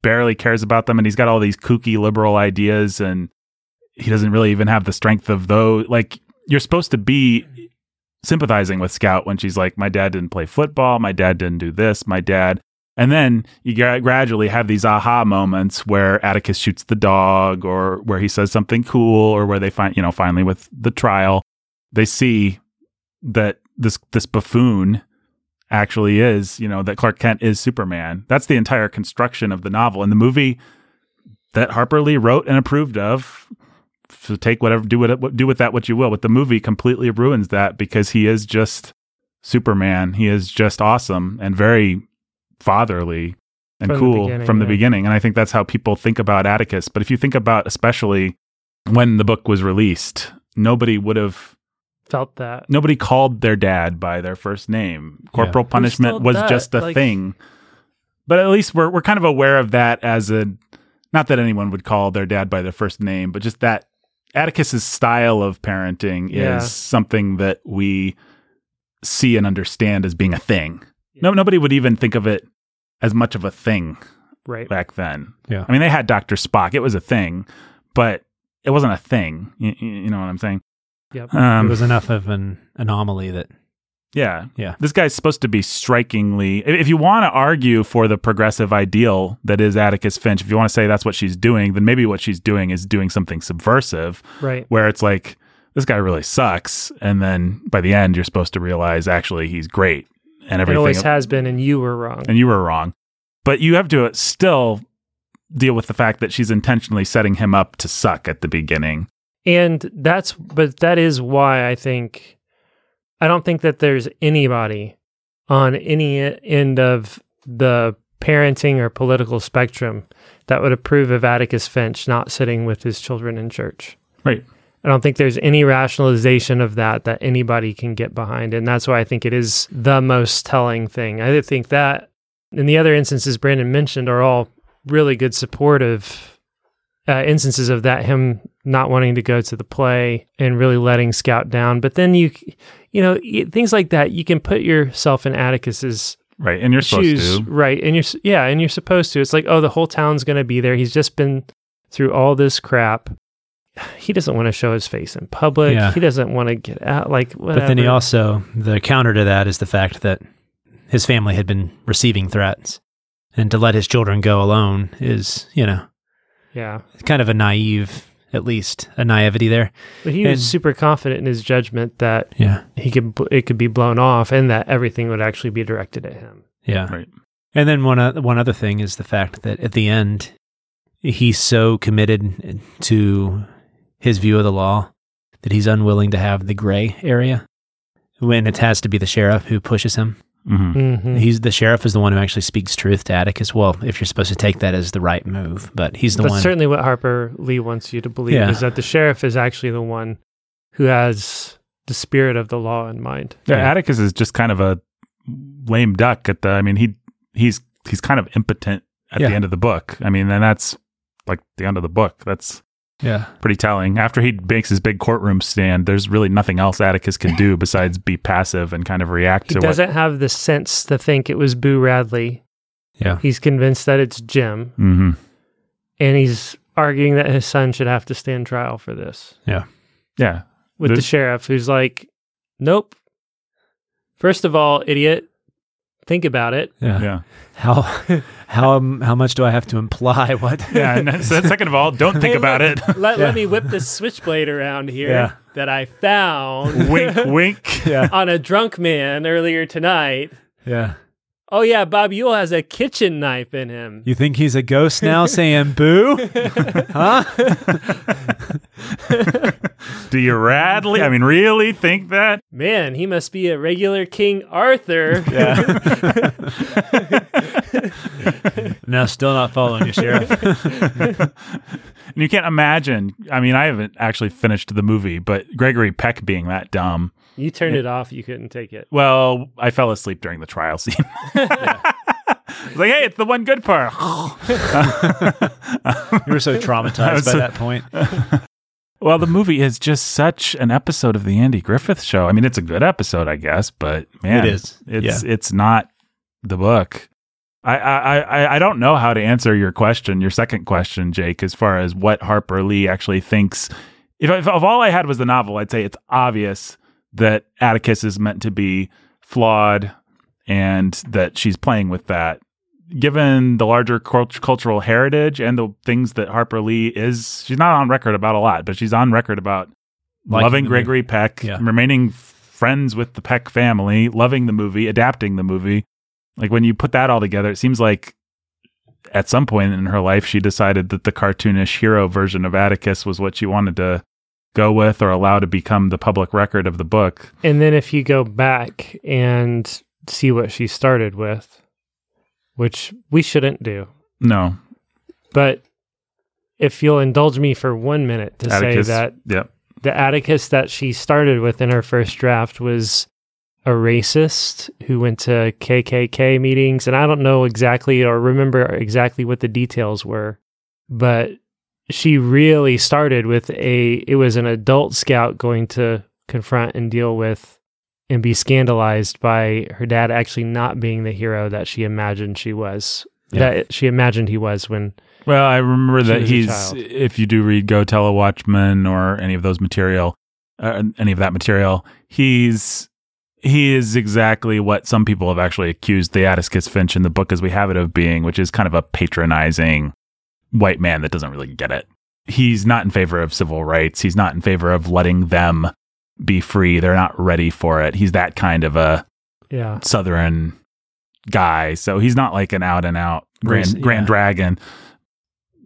[SPEAKER 1] barely cares about them and he's got all these kooky liberal ideas and he doesn't really even have the strength of those like you're supposed to be sympathizing with Scout when she's like my dad didn't play football, my dad didn't do this, my dad and then you gra- gradually have these aha moments where Atticus shoots the dog or where he says something cool or where they find you know finally with the trial they see that this this buffoon actually is, you know, that Clark Kent is Superman. That's the entire construction of the novel. And the movie that Harper Lee wrote and approved of, so take whatever, do what, do with that what you will. But the movie completely ruins that because he is just Superman. He is just awesome and very fatherly and
[SPEAKER 3] From the
[SPEAKER 1] cool
[SPEAKER 3] beginning,
[SPEAKER 1] from the
[SPEAKER 3] yeah.
[SPEAKER 1] beginning. And I think that's how people think about Atticus. But if you think about, especially when the book was released, nobody would have
[SPEAKER 3] Felt that.
[SPEAKER 1] nobody called their dad by their first name. Corporal punishment
[SPEAKER 3] still
[SPEAKER 1] was
[SPEAKER 3] does,
[SPEAKER 1] just a
[SPEAKER 3] like-
[SPEAKER 1] thing. But at least we're we're kind of aware of that as a not that anyone would call their dad by their first name, but just that Atticus's style of parenting
[SPEAKER 3] Yeah.
[SPEAKER 1] is something that we see and understand as being a thing. No nobody would even think of it as much of a thing
[SPEAKER 3] Right.
[SPEAKER 1] back then.
[SPEAKER 2] Yeah.
[SPEAKER 1] I mean, they had Dr. Spock. It was a thing, but it wasn't a thing. You, you know what I'm saying?
[SPEAKER 3] Yep.
[SPEAKER 1] Um,
[SPEAKER 2] it was enough of an anomaly that
[SPEAKER 1] Yeah.
[SPEAKER 2] Yeah.
[SPEAKER 1] This guy's supposed to be strikingly. i- If you want to argue for the progressive ideal that is Atticus Finch, if you want to say that's what she's doing, then maybe what she's doing is doing something subversive
[SPEAKER 3] Right.
[SPEAKER 1] where it's like, this guy really sucks. And then by the end, you're supposed to realize actually he's great and
[SPEAKER 3] It
[SPEAKER 1] everything.
[SPEAKER 3] always has been, and you were wrong.
[SPEAKER 1] and you were wrong. But you have to still deal with the fact that she's intentionally setting him up to suck at the beginning.
[SPEAKER 3] And that's, but that is why I think, I don't think that there's anybody on any e- end of the parenting or political spectrum that would approve of Atticus Finch not sitting with his children in church.
[SPEAKER 1] Right.
[SPEAKER 3] I don't think there's any rationalization of that that anybody can get behind. And that's why I think it is the most telling thing. I think that, and the other instances Brandon mentioned are all really good supportive uh, instances of that, him not wanting to go to the play and really letting Scout down. But then you, you know, y- things like that, you can put yourself in Atticus's
[SPEAKER 1] Right. And you're supposed
[SPEAKER 3] shoes,
[SPEAKER 1] to.
[SPEAKER 3] right? And you're s- yeah, and you're supposed to. It's like, oh, the whole town's gonna be there. He's just been through all this crap. He doesn't want to show his face in public.
[SPEAKER 2] Yeah.
[SPEAKER 3] He doesn't want to get out. Like, whatever.
[SPEAKER 2] But then he also, the counter to that is the fact that his family had been receiving threats. And to let his children go alone is, you know,
[SPEAKER 3] yeah.
[SPEAKER 2] kind of a naive, at least a naivety there.
[SPEAKER 3] But he
[SPEAKER 2] And-
[SPEAKER 3] was super confident in his judgment that
[SPEAKER 2] Yeah.
[SPEAKER 3] he could bl- it could be blown off and that everything would actually be directed at him.
[SPEAKER 2] Yeah.
[SPEAKER 1] Right.
[SPEAKER 2] And then one, o- one other thing is the fact that at the end, he's so committed to his view of the law that he's unwilling to have the gray area when it has to be the sheriff who pushes him.
[SPEAKER 1] hmm
[SPEAKER 3] Mhm.
[SPEAKER 2] He's the sheriff is the one who actually speaks truth to Atticus. Well, if you're supposed to take that as the right move, but he's the
[SPEAKER 3] That's
[SPEAKER 2] one.
[SPEAKER 3] certainly what Harper Lee wants you to believe
[SPEAKER 2] Yeah.
[SPEAKER 3] is that the sheriff is actually the one who has the spirit of the law in mind.
[SPEAKER 1] Yeah,
[SPEAKER 2] Yeah.
[SPEAKER 1] Atticus is just kind of a lame duck at the. I mean, he he's he's kind of impotent at
[SPEAKER 2] Yeah.
[SPEAKER 1] the end of the book. I mean, and that's like the end of the book. That's
[SPEAKER 2] yeah,
[SPEAKER 1] pretty telling. After he makes his big courtroom stand, there's really nothing else Atticus can do besides be passive and kind of react
[SPEAKER 3] He
[SPEAKER 1] to what.
[SPEAKER 3] doesn't have the sense to think it was Boo Radley.
[SPEAKER 2] Yeah.
[SPEAKER 3] He's convinced that it's Jim,
[SPEAKER 1] hmm
[SPEAKER 3] and he's arguing that his son should have to stand trial for this
[SPEAKER 1] Yeah,
[SPEAKER 3] with the
[SPEAKER 1] There's-
[SPEAKER 3] sheriff, who's like, nope. First of all, idiot, think
[SPEAKER 2] (laughs)
[SPEAKER 3] about it.
[SPEAKER 2] yeah.
[SPEAKER 3] (laughs)
[SPEAKER 1] yeah,
[SPEAKER 2] How (laughs) how um, how much do I have to imply? (laughs) What?
[SPEAKER 1] yeah. And that's, that's second of all, don't think
[SPEAKER 3] Hey,
[SPEAKER 1] about
[SPEAKER 3] look,
[SPEAKER 1] it.
[SPEAKER 3] Let,
[SPEAKER 2] Yeah.
[SPEAKER 3] let me whip this switchblade around here
[SPEAKER 2] Yeah.
[SPEAKER 3] that I found
[SPEAKER 1] (laughs) wink, wink.
[SPEAKER 2] (laughs) yeah,
[SPEAKER 3] on a drunk man earlier tonight.
[SPEAKER 2] yeah.
[SPEAKER 3] Oh, yeah, Bob Yule has a kitchen knife in him.
[SPEAKER 2] You think he's a
[SPEAKER 1] (laughs)
[SPEAKER 2] ghost now, saying boo? huh?
[SPEAKER 1] Do you radly? I mean, really think that?
[SPEAKER 3] Man, he must be a regular King Arthur.
[SPEAKER 2] Yeah. no, still not following you, sheriff.
[SPEAKER 1] And you can't imagine. I mean, I haven't actually finished the movie, but Gregory Peck being that dumb.
[SPEAKER 3] You turned it off. You couldn't take it.
[SPEAKER 1] Well, I fell asleep during the trial scene. (laughs) I was like, hey, it's the one good part. (laughs)
[SPEAKER 2] You were so traumatized by
[SPEAKER 1] so- (laughs)
[SPEAKER 2] that point.
[SPEAKER 1] well, the movie is just such an episode of the Andy Griffith Show. I mean, it's a good episode, I guess, but man,
[SPEAKER 2] It is.
[SPEAKER 1] It's it's not the book. I, I I I don't know how to answer your question, your second question, Jake, as far as what Harper Lee actually thinks. If, if of all I had was the novel, I'd say it's obvious that Atticus is meant to be flawed, and that she's playing with that. Given the larger cult- cultural heritage and the things that Harper Lee is, she's not on record about a lot, but she's on record about
[SPEAKER 2] Liking
[SPEAKER 1] loving
[SPEAKER 2] the movie.
[SPEAKER 1] Gregory Peck,
[SPEAKER 2] Yeah.
[SPEAKER 1] remaining f- friends with the Peck family, loving the movie, adapting the movie. Like when you put that all together, it seems like at some point in her life, she decided that the cartoonish hero version of Atticus was what she wanted to go with or allow to become the public record of the book.
[SPEAKER 3] And then if you go back and see what she started with, which we shouldn't do,
[SPEAKER 1] No,
[SPEAKER 3] but if you'll indulge me for one minute to say that
[SPEAKER 1] Yep.
[SPEAKER 3] the Atticus that she started with in her first draft was a racist who went to KKK meetings. And I don't know exactly or remember exactly what the details were, but she really started with a, it was an adult scout going to confront and deal with and be scandalized by her dad actually not being the hero that she imagined she was,
[SPEAKER 2] Yeah.
[SPEAKER 3] that she imagined he was when
[SPEAKER 1] Well, I remember
[SPEAKER 3] She
[SPEAKER 1] that
[SPEAKER 3] was a
[SPEAKER 1] he's.
[SPEAKER 3] child.
[SPEAKER 1] If you do read Go Tell a Watchman or any of those material, uh, any of that material, he's he is exactly what some people have actually accused Theodiscus Finch in the book as we have it of being, which is kind of a patronizing white man that doesn't really get it. He's not in favor of civil rights. He's not in favor of letting them be free. They're not ready for it. He's that kind of a
[SPEAKER 3] Yeah.
[SPEAKER 1] southern guy. So he's not like an out and out grand
[SPEAKER 2] Racist,
[SPEAKER 1] grand
[SPEAKER 2] yeah.
[SPEAKER 1] dragon.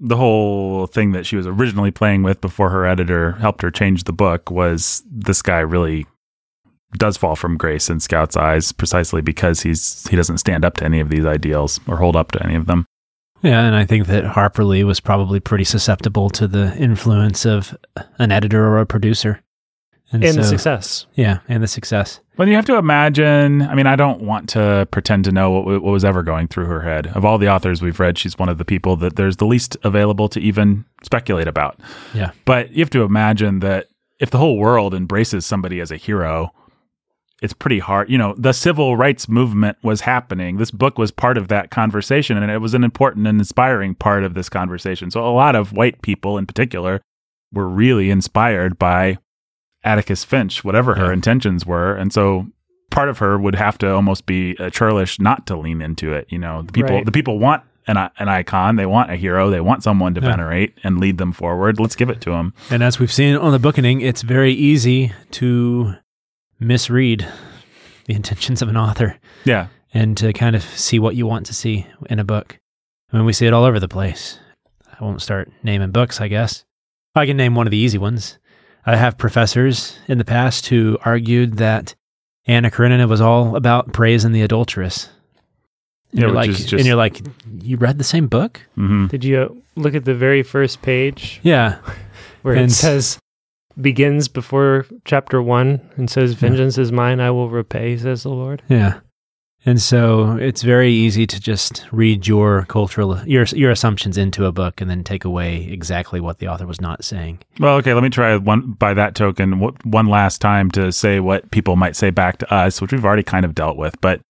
[SPEAKER 1] The whole thing that she was originally playing with before her editor helped her change the book was this guy really does fall from grace in Scout's eyes precisely because he's he doesn't stand up to any of these ideals or hold up to any of them.
[SPEAKER 2] Yeah, and I think that Harper Lee was probably pretty susceptible to the influence of an editor or a producer. And,
[SPEAKER 3] And
[SPEAKER 2] so,
[SPEAKER 3] the success.
[SPEAKER 2] Yeah, and the success.
[SPEAKER 1] Well, you have to imagine. I mean, I don't want to pretend to know what, what was ever going through her head. Of all the authors we've read, she's one of the people that there's the least available to even speculate about.
[SPEAKER 2] Yeah.
[SPEAKER 1] But you have to imagine that if the whole world embraces somebody as a hero, it's pretty hard. You know, the civil rights movement was happening. This book was part of that conversation, and it was an important and inspiring part of this conversation. So, a lot of white people in particular were really inspired by Atticus Finch, whatever her
[SPEAKER 2] Yeah.
[SPEAKER 1] intentions were. And so, part of her would have to almost be uh, churlish not to lean into it. You know, the people
[SPEAKER 3] Right.
[SPEAKER 1] the people want an i- an icon, they want a hero, they want someone to
[SPEAKER 2] Yeah.
[SPEAKER 1] venerate and lead them forward. Let's give it to them.
[SPEAKER 2] And as we've seen on the bookening, it's very easy to misread the (laughs) intentions of an author
[SPEAKER 1] Yeah,
[SPEAKER 2] and to kind of see what you want to see in a book. I mean, we see it all over the place. I won't start naming books, I guess. I can name one of the easy ones. I have professors in the past who argued that Anna Karenina was all about praise and the adulterous. And
[SPEAKER 1] Yeah,
[SPEAKER 2] you're
[SPEAKER 1] which
[SPEAKER 2] like,
[SPEAKER 1] is just-
[SPEAKER 2] and you're like, you read the same book?
[SPEAKER 1] hmm
[SPEAKER 3] Did you uh, look at the very first page
[SPEAKER 2] Yeah,
[SPEAKER 3] where
[SPEAKER 2] And-
[SPEAKER 3] it says begins before chapter one and says, Vengeance is mine, I will repay, says the Lord.
[SPEAKER 2] yeah. And so it's very easy to just read your cultural your your assumptions into a book and then take away exactly what the author was not saying.
[SPEAKER 1] Well, okay, let me try one by that token w- one last time to say what people might say back to us, which we've already kind of dealt with, but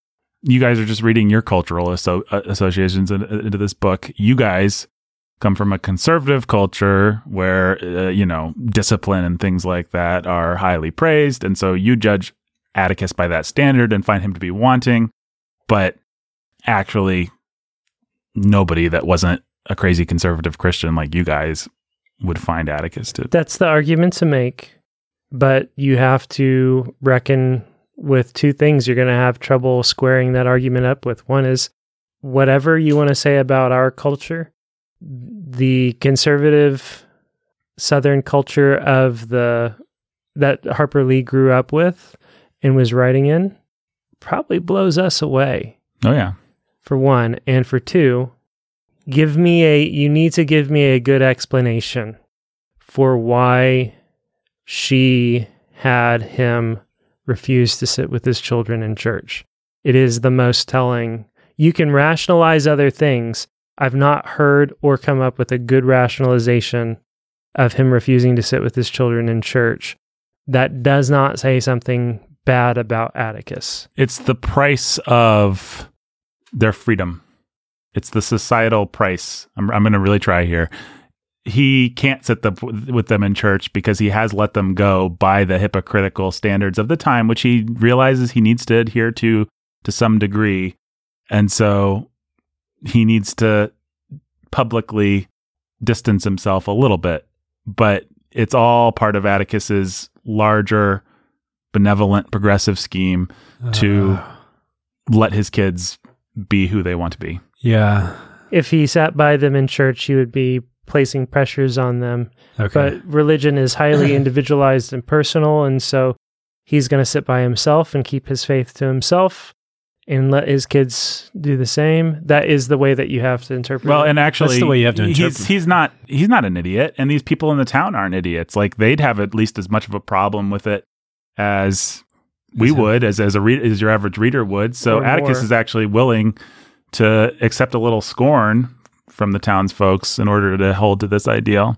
[SPEAKER 1] you guys are just reading your cultural asso- uh, associations in- into this book. You guys come from a conservative culture where uh, you know discipline and things like that are highly praised, and so you judge Atticus by that standard and find him to be wanting, but actually nobody that wasn't a crazy conservative Christian like you guys would find Atticus to
[SPEAKER 3] That's the argument to make, but you have to reckon with two things you're going to have trouble squaring that argument up with. One is whatever you want to say about our culture, the conservative southern culture of the that Harper Lee grew up with and was writing in probably blows us away
[SPEAKER 1] Oh yeah.
[SPEAKER 3] for one, and for two, give me a you need to give me a good explanation for why she had him refuse to sit with his children in church. It is the most telling. You can rationalize other things. I've not heard or come up with a good rationalization of him refusing to sit with his children in church. That does not say something bad about Atticus.
[SPEAKER 1] It's the price of their freedom. It's the societal price. I'm I'm going to really try here. He can't sit the, with them in church because he has let them go by the hypocritical standards of the time, which he realizes he needs to adhere to to some degree. And so he needs to publicly distance himself a little bit. But it's all part of Atticus's larger, benevolent, progressive scheme To-
[SPEAKER 2] Uh,
[SPEAKER 1] let his kids be who they want to be.
[SPEAKER 2] yeah.
[SPEAKER 3] if he sat by them in church, he would be placing pressures on them.
[SPEAKER 2] Okay.
[SPEAKER 3] But religion is
[SPEAKER 2] (clears throat)
[SPEAKER 3] highly individualized and personal, and so he's going to sit by himself and keep his faith to himself and let his kids do the same. That is the way that you have to interpret.
[SPEAKER 1] Well,
[SPEAKER 3] it.
[SPEAKER 1] and actually,
[SPEAKER 2] the way you have to
[SPEAKER 1] he's
[SPEAKER 2] interpret-
[SPEAKER 1] he's not he's not an idiot, and these people in the town aren't idiots. Like they'd have at least as much of a problem with it as we
[SPEAKER 2] As him.
[SPEAKER 1] would, as as a read, as your average reader would. So
[SPEAKER 3] Or
[SPEAKER 1] Atticus
[SPEAKER 3] more.
[SPEAKER 1] is actually willing to accept a little scorn from the townsfolks in order to hold to this
[SPEAKER 2] (laughs)
[SPEAKER 1] ideal.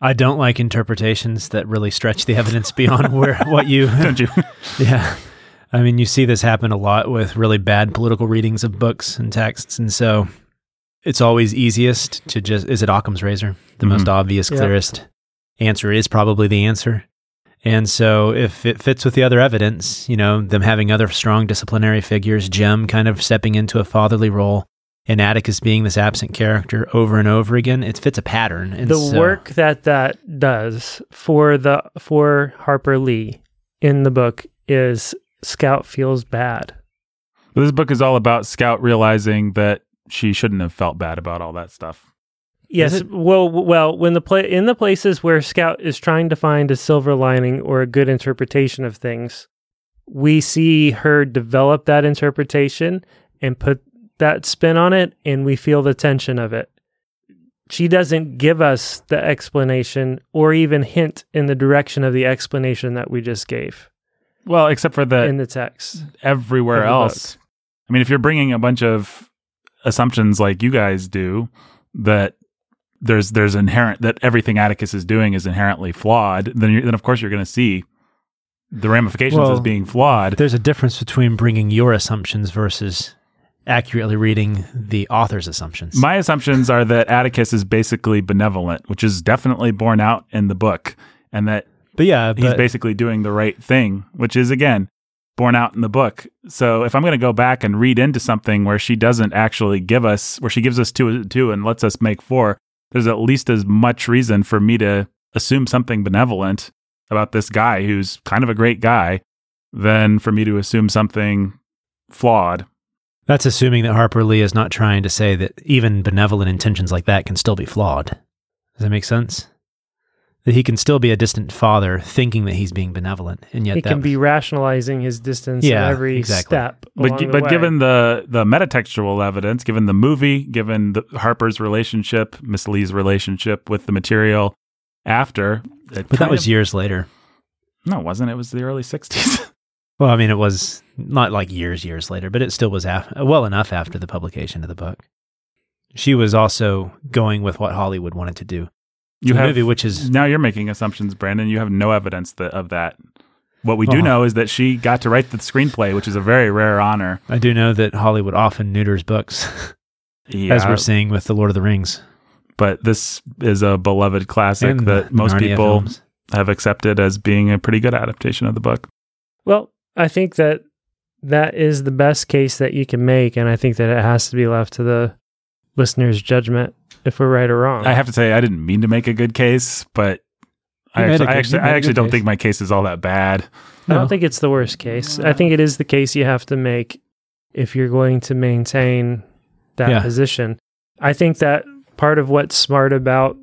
[SPEAKER 2] I don't like interpretations that really stretch the evidence beyond where what you
[SPEAKER 1] Don't you? (laughs)
[SPEAKER 2] Yeah. I mean, you see this happen a lot with really bad political readings of books and texts. And so it's always easiest
[SPEAKER 3] Mm-hmm.
[SPEAKER 2] to just, is it Occam's razor? The most obvious,
[SPEAKER 3] Yeah.
[SPEAKER 2] clearest answer is probably the answer. And so, if it fits with the other evidence, you know, them having other strong disciplinary figures, Jim kind of stepping into a fatherly role, and Atticus being this absent character over and over again, it fits a pattern. And
[SPEAKER 3] the
[SPEAKER 2] so-
[SPEAKER 3] work that that does for the for Harper Lee in the book is Scout feels bad.
[SPEAKER 1] This book is all about Scout realizing that she shouldn't have felt bad about all that stuff.
[SPEAKER 3] Yes,
[SPEAKER 2] it-
[SPEAKER 3] well, well, when the pla in the places where Scout is trying to find a silver lining or a good interpretation of things, we see her develop that interpretation and put that spin on it, and we feel the tension of it. She doesn't give us the explanation or even hint in the direction of the explanation that we just gave
[SPEAKER 1] Well, except for that
[SPEAKER 3] in the text.
[SPEAKER 1] everywhere
[SPEAKER 3] of the
[SPEAKER 1] else. I mean, if you're bringing a bunch of assumptions like you guys do, that there's there's inherent that everything Atticus is doing is inherently flawed, then you then of course you're going to see the ramifications
[SPEAKER 2] Well,
[SPEAKER 1] as being flawed.
[SPEAKER 2] There's a difference between bringing your assumptions versus accurately reading the author's assumptions.
[SPEAKER 1] My assumptions are that Atticus is basically benevolent, which is definitely borne out in the book, and that
[SPEAKER 2] but yeah,
[SPEAKER 1] he's
[SPEAKER 2] but
[SPEAKER 1] basically doing the right thing, which is again borne out in the book. So if I'm going to go back and read into something where she doesn't actually give us, where she gives us two two and lets us make four, there's at least as much reason for me to assume something benevolent about this guy who's kind of a great guy than for me to assume something flawed.
[SPEAKER 2] that's assuming that Harper Lee is not trying to say that even benevolent intentions like that can still be flawed. Does that make sense? That he can still be a distant father thinking that he's being benevolent, and yet
[SPEAKER 3] He
[SPEAKER 2] that
[SPEAKER 3] can be rationalizing his distance at
[SPEAKER 2] Yeah,
[SPEAKER 3] every
[SPEAKER 2] exactly.
[SPEAKER 3] step.
[SPEAKER 1] But
[SPEAKER 3] along the
[SPEAKER 1] but
[SPEAKER 3] way.
[SPEAKER 1] given the the metatextual evidence, given the movie, given the Harper's relationship, Miss Lee's relationship with the material after, it
[SPEAKER 2] But
[SPEAKER 1] kind
[SPEAKER 2] that was
[SPEAKER 1] of-
[SPEAKER 2] years later.
[SPEAKER 1] no, it wasn't it was the early sixties. (laughs)
[SPEAKER 2] Well, I mean, it was not like years, years later, but it still was af- well enough after the publication of the book. She was also going with what Hollywood wanted to do.
[SPEAKER 1] you
[SPEAKER 2] the
[SPEAKER 1] have
[SPEAKER 2] movie, which is
[SPEAKER 1] now you're making assumptions, Brandon. You have no evidence that, of that. What we do
[SPEAKER 2] Uh-huh.
[SPEAKER 1] know is that she got to write the screenplay, which is a very rare honor.
[SPEAKER 2] I do know that Hollywood often neuters books, (laughs)
[SPEAKER 1] Yeah,
[SPEAKER 2] as we're seeing with The Lord of the Rings
[SPEAKER 1] but this is a beloved classic
[SPEAKER 2] and
[SPEAKER 1] that
[SPEAKER 2] the
[SPEAKER 1] most
[SPEAKER 2] Narnia
[SPEAKER 1] people
[SPEAKER 2] films.
[SPEAKER 1] have accepted as being a pretty good adaptation of the book.
[SPEAKER 3] Well, I think that that is the best case that you can make, and I think that it has to be left to the listener's judgment if we're right or wrong.
[SPEAKER 1] I have to say, I didn't mean to make a good case, but I
[SPEAKER 2] You made
[SPEAKER 1] actually, I
[SPEAKER 2] a good-
[SPEAKER 1] actually,
[SPEAKER 2] you
[SPEAKER 1] I
[SPEAKER 2] made a
[SPEAKER 1] actually
[SPEAKER 2] good
[SPEAKER 1] don't
[SPEAKER 2] case.
[SPEAKER 1] think my case is all that bad.
[SPEAKER 3] I
[SPEAKER 2] No.
[SPEAKER 3] don't think it's the worst case. I think it is the case you have to make if you're going to maintain that
[SPEAKER 2] Yeah.
[SPEAKER 3] position. I think that part of what's smart about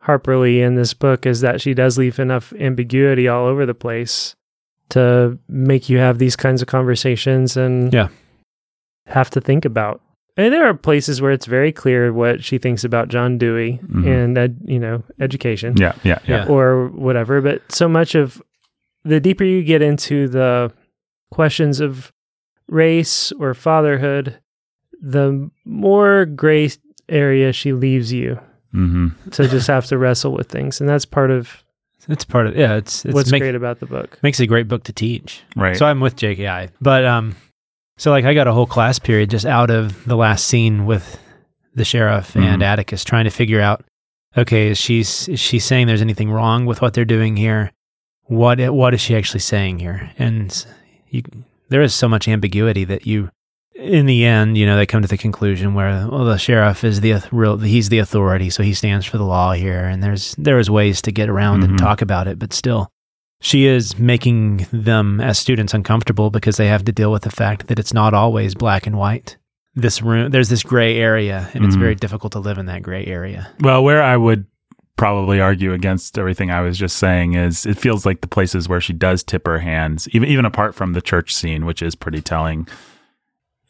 [SPEAKER 3] Harper Lee in this book is that she does leave enough ambiguity all over the place to make you have these kinds of conversations and
[SPEAKER 2] Yeah.
[SPEAKER 3] have to think about. And there are places where it's very clear what she thinks about John Dewey
[SPEAKER 1] Mhm.
[SPEAKER 2] Mm-hmm.
[SPEAKER 3] and ed- you know education
[SPEAKER 1] Yeah, yeah, yeah.
[SPEAKER 2] Yeah.
[SPEAKER 3] or whatever. But so much of the deeper you get into the questions of race or fatherhood, the more gray area she leaves you
[SPEAKER 1] hmm
[SPEAKER 2] (laughs)
[SPEAKER 3] to just have to wrestle with things. And that's part of
[SPEAKER 2] It's part of yeah. It's it's
[SPEAKER 3] what's
[SPEAKER 2] make,
[SPEAKER 3] great about the book.
[SPEAKER 2] makes a great book to teach.
[SPEAKER 1] Right.
[SPEAKER 2] So I'm with JKI, but um, so like I got a whole class period just out of the last scene with the sheriff and
[SPEAKER 1] Mhm.
[SPEAKER 2] Atticus trying to figure out, okay, is she is she saying there's anything wrong with what they're doing here? What i- what is she actually saying here? And you, there is so much ambiguity that you, in the end, you know, they come to the conclusion where well, the sheriff is the auth- real, he's the authority, so he stands for the law here, and there's there is ways to get around
[SPEAKER 1] Mhm.
[SPEAKER 2] and talk about it, but still she is making them as students uncomfortable because they have to deal with the fact that it's not always black and white. This room, there's this gray area, and it's
[SPEAKER 1] Mhm.
[SPEAKER 2] very difficult to live in that gray area.
[SPEAKER 1] well, where I would probably argue against everything I was just saying is it feels like the places where she does tip her hands, even even apart from the church scene, which is pretty telling.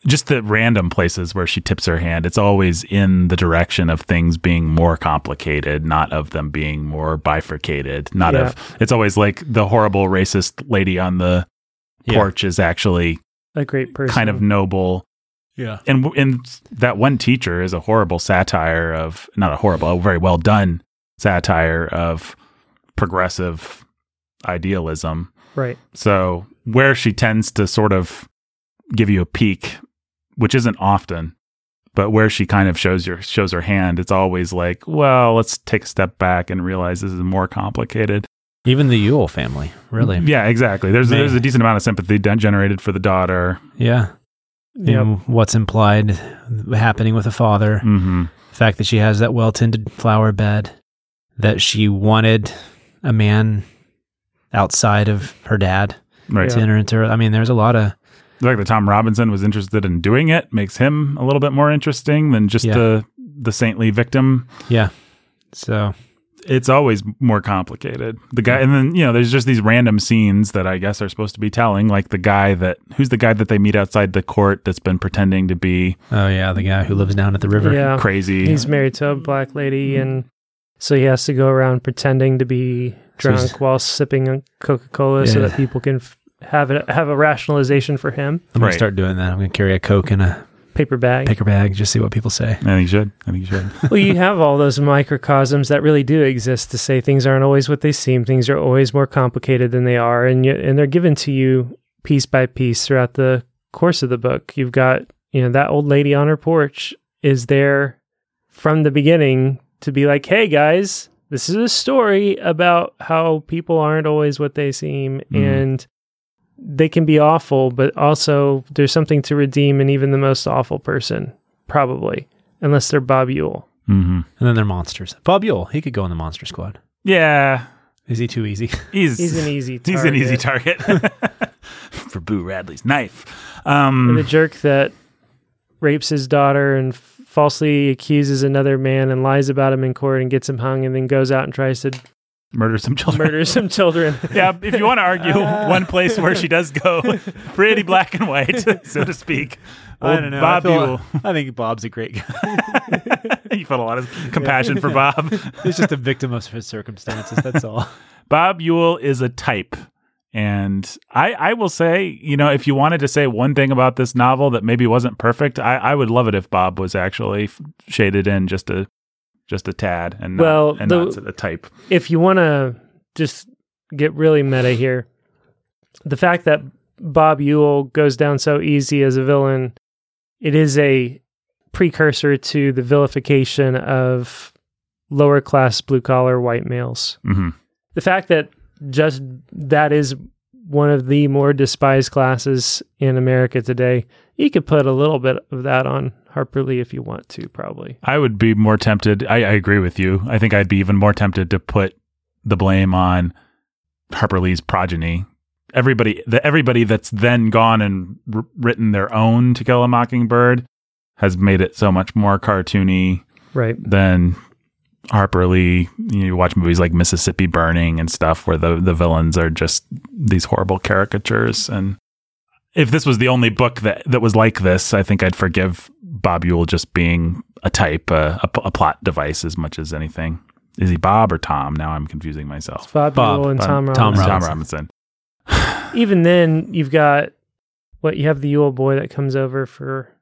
[SPEAKER 1] Just the random places where she tips her hand, it's always in the direction of things being more complicated, not of them being more bifurcated, not
[SPEAKER 3] Yeah.
[SPEAKER 1] of it's always like the horrible racist lady on the porch is actually
[SPEAKER 3] A great person.
[SPEAKER 1] kind of noble.
[SPEAKER 2] Yeah.
[SPEAKER 1] And w- and that one teacher is a horrible satire of not a horrible, a very well done satire of progressive idealism.
[SPEAKER 3] right.
[SPEAKER 1] So where she tends to sort of give you a peek, which isn't often, but where she kind of shows your shows her hand, it's always like, well, let's take a step back and realize this is more complicated.
[SPEAKER 2] Even the Yule family, really.
[SPEAKER 1] Yeah, exactly. There's
[SPEAKER 2] Man.
[SPEAKER 1] there's a decent amount of sympathy de- generated for the daughter.
[SPEAKER 2] Yeah.
[SPEAKER 3] Yep.
[SPEAKER 2] And what's implied happening with the father,
[SPEAKER 1] hmm
[SPEAKER 2] the fact that she has that well tended flower bed, that she wanted a man outside of her dad
[SPEAKER 1] Right.
[SPEAKER 2] to enter into her. I mean, there's a lot of,
[SPEAKER 1] The fact that Tom Robinson was interested in doing it makes him a little bit more interesting than just
[SPEAKER 2] Yeah.
[SPEAKER 1] the the saintly victim.
[SPEAKER 2] yeah. So,
[SPEAKER 1] It's always more complicated. The guy, and then you know, there's just these random scenes that I guess are supposed to be telling, like the guy that who's the guy that they meet outside the court that's been pretending to be
[SPEAKER 2] oh, yeah, the guy who lives down at the river.
[SPEAKER 3] Yeah.
[SPEAKER 1] crazy.
[SPEAKER 3] Oh, He's married to a black lady,
[SPEAKER 2] Mm-hmm.
[SPEAKER 3] and so he has to go around pretending to be
[SPEAKER 2] So
[SPEAKER 3] drunk
[SPEAKER 2] he's-
[SPEAKER 3] while sipping on Coca Cola so
[SPEAKER 2] Yeah.
[SPEAKER 3] that people can f- have it, have a rationalization for him.
[SPEAKER 2] I'm going
[SPEAKER 1] Right.
[SPEAKER 2] to start doing that. I'm going to carry a Coke in a
[SPEAKER 3] Paper bag.
[SPEAKER 2] paper bag, just see what people say.
[SPEAKER 1] I think you should. I think you
[SPEAKER 3] (laughs)
[SPEAKER 1] should.
[SPEAKER 3] well, you have all those microcosms that really do exist to say things aren't always what they seem. Things are always more complicated than they are, and you, and they're given to you piece by piece throughout the course of the book. You've got you know that old lady on her porch is there from the beginning to be like, hey guys, this is a story about how people aren't always what they seem,
[SPEAKER 1] Mhm.
[SPEAKER 3] and they can be awful, but also there's something to redeem in even the most awful person, probably, unless they're Bob Yule.
[SPEAKER 1] hmm
[SPEAKER 2] And then they're monsters. Bob Yule, he could go in the monster squad.
[SPEAKER 1] Yeah,
[SPEAKER 2] Is he too easy? (laughs)
[SPEAKER 1] he's
[SPEAKER 3] He's an easy.
[SPEAKER 1] (laughs) he's an easy target
[SPEAKER 3] (laughs)
[SPEAKER 1] (laughs) for Boo Radley's knife. Um,
[SPEAKER 3] And the jerk that rapes his daughter and f- falsely accuses another man and lies about him in court and gets him hung and then goes out and tries to (laughs)
[SPEAKER 1] murder some children.
[SPEAKER 3] murder some children.
[SPEAKER 1] yeah, if you want to argue
[SPEAKER 3] (laughs)
[SPEAKER 1] one place where she does go pretty black and white, (laughs) so to speak. Old Bob (laughs) Yule.
[SPEAKER 2] I think Bob's a great guy.
[SPEAKER 1] (laughs) you felt a lot of compassion for
[SPEAKER 3] (laughs)
[SPEAKER 1] Bob.
[SPEAKER 2] He's just a victim of his circumstances. That's all.
[SPEAKER 1] Bob Yule is a type. And I, I will say, you know, if you wanted to say one thing about this novel that maybe wasn't perfect, I, I would love it if Bob was actually f- shaded in just a just a tad and not,
[SPEAKER 3] Well,
[SPEAKER 1] and
[SPEAKER 3] the-
[SPEAKER 1] not a type.
[SPEAKER 3] if you want to just get really meta here, the fact that Bob Yule goes down so easy as a villain, it is a precursor to the vilification of lower class blue collar white males.
[SPEAKER 1] hmm
[SPEAKER 3] the fact that just that is one of the more despised classes in America today, you could put a little bit of that on Harper Lee if you want to, probably.
[SPEAKER 1] I would be more tempted. I, I agree with you. I think I'd be even more tempted to put the blame on Harper Lee's progeny. Everybody, the, everybody that's then gone and r- written their own To Kill a Mockingbird has made it so much more cartoony
[SPEAKER 3] Right.
[SPEAKER 1] than Harper Lee. You, know, you watch movies like Mississippi Burning and stuff where the, the villains are just these horrible caricatures. And if this was the only book that, that was like this, I think I'd forgive Bob Yule just being a type, a, a p- a plot device as much as anything. Is he Bob or Tom? Now I'm confusing myself.
[SPEAKER 3] Bob,
[SPEAKER 2] Bob,
[SPEAKER 3] Yule and
[SPEAKER 1] Bob-
[SPEAKER 3] Tom Robbins.
[SPEAKER 2] Tom
[SPEAKER 1] It's
[SPEAKER 2] Robinson.
[SPEAKER 1] Tom Robinson.
[SPEAKER 3] Even then, you've got what you have the Yule boy that comes over for.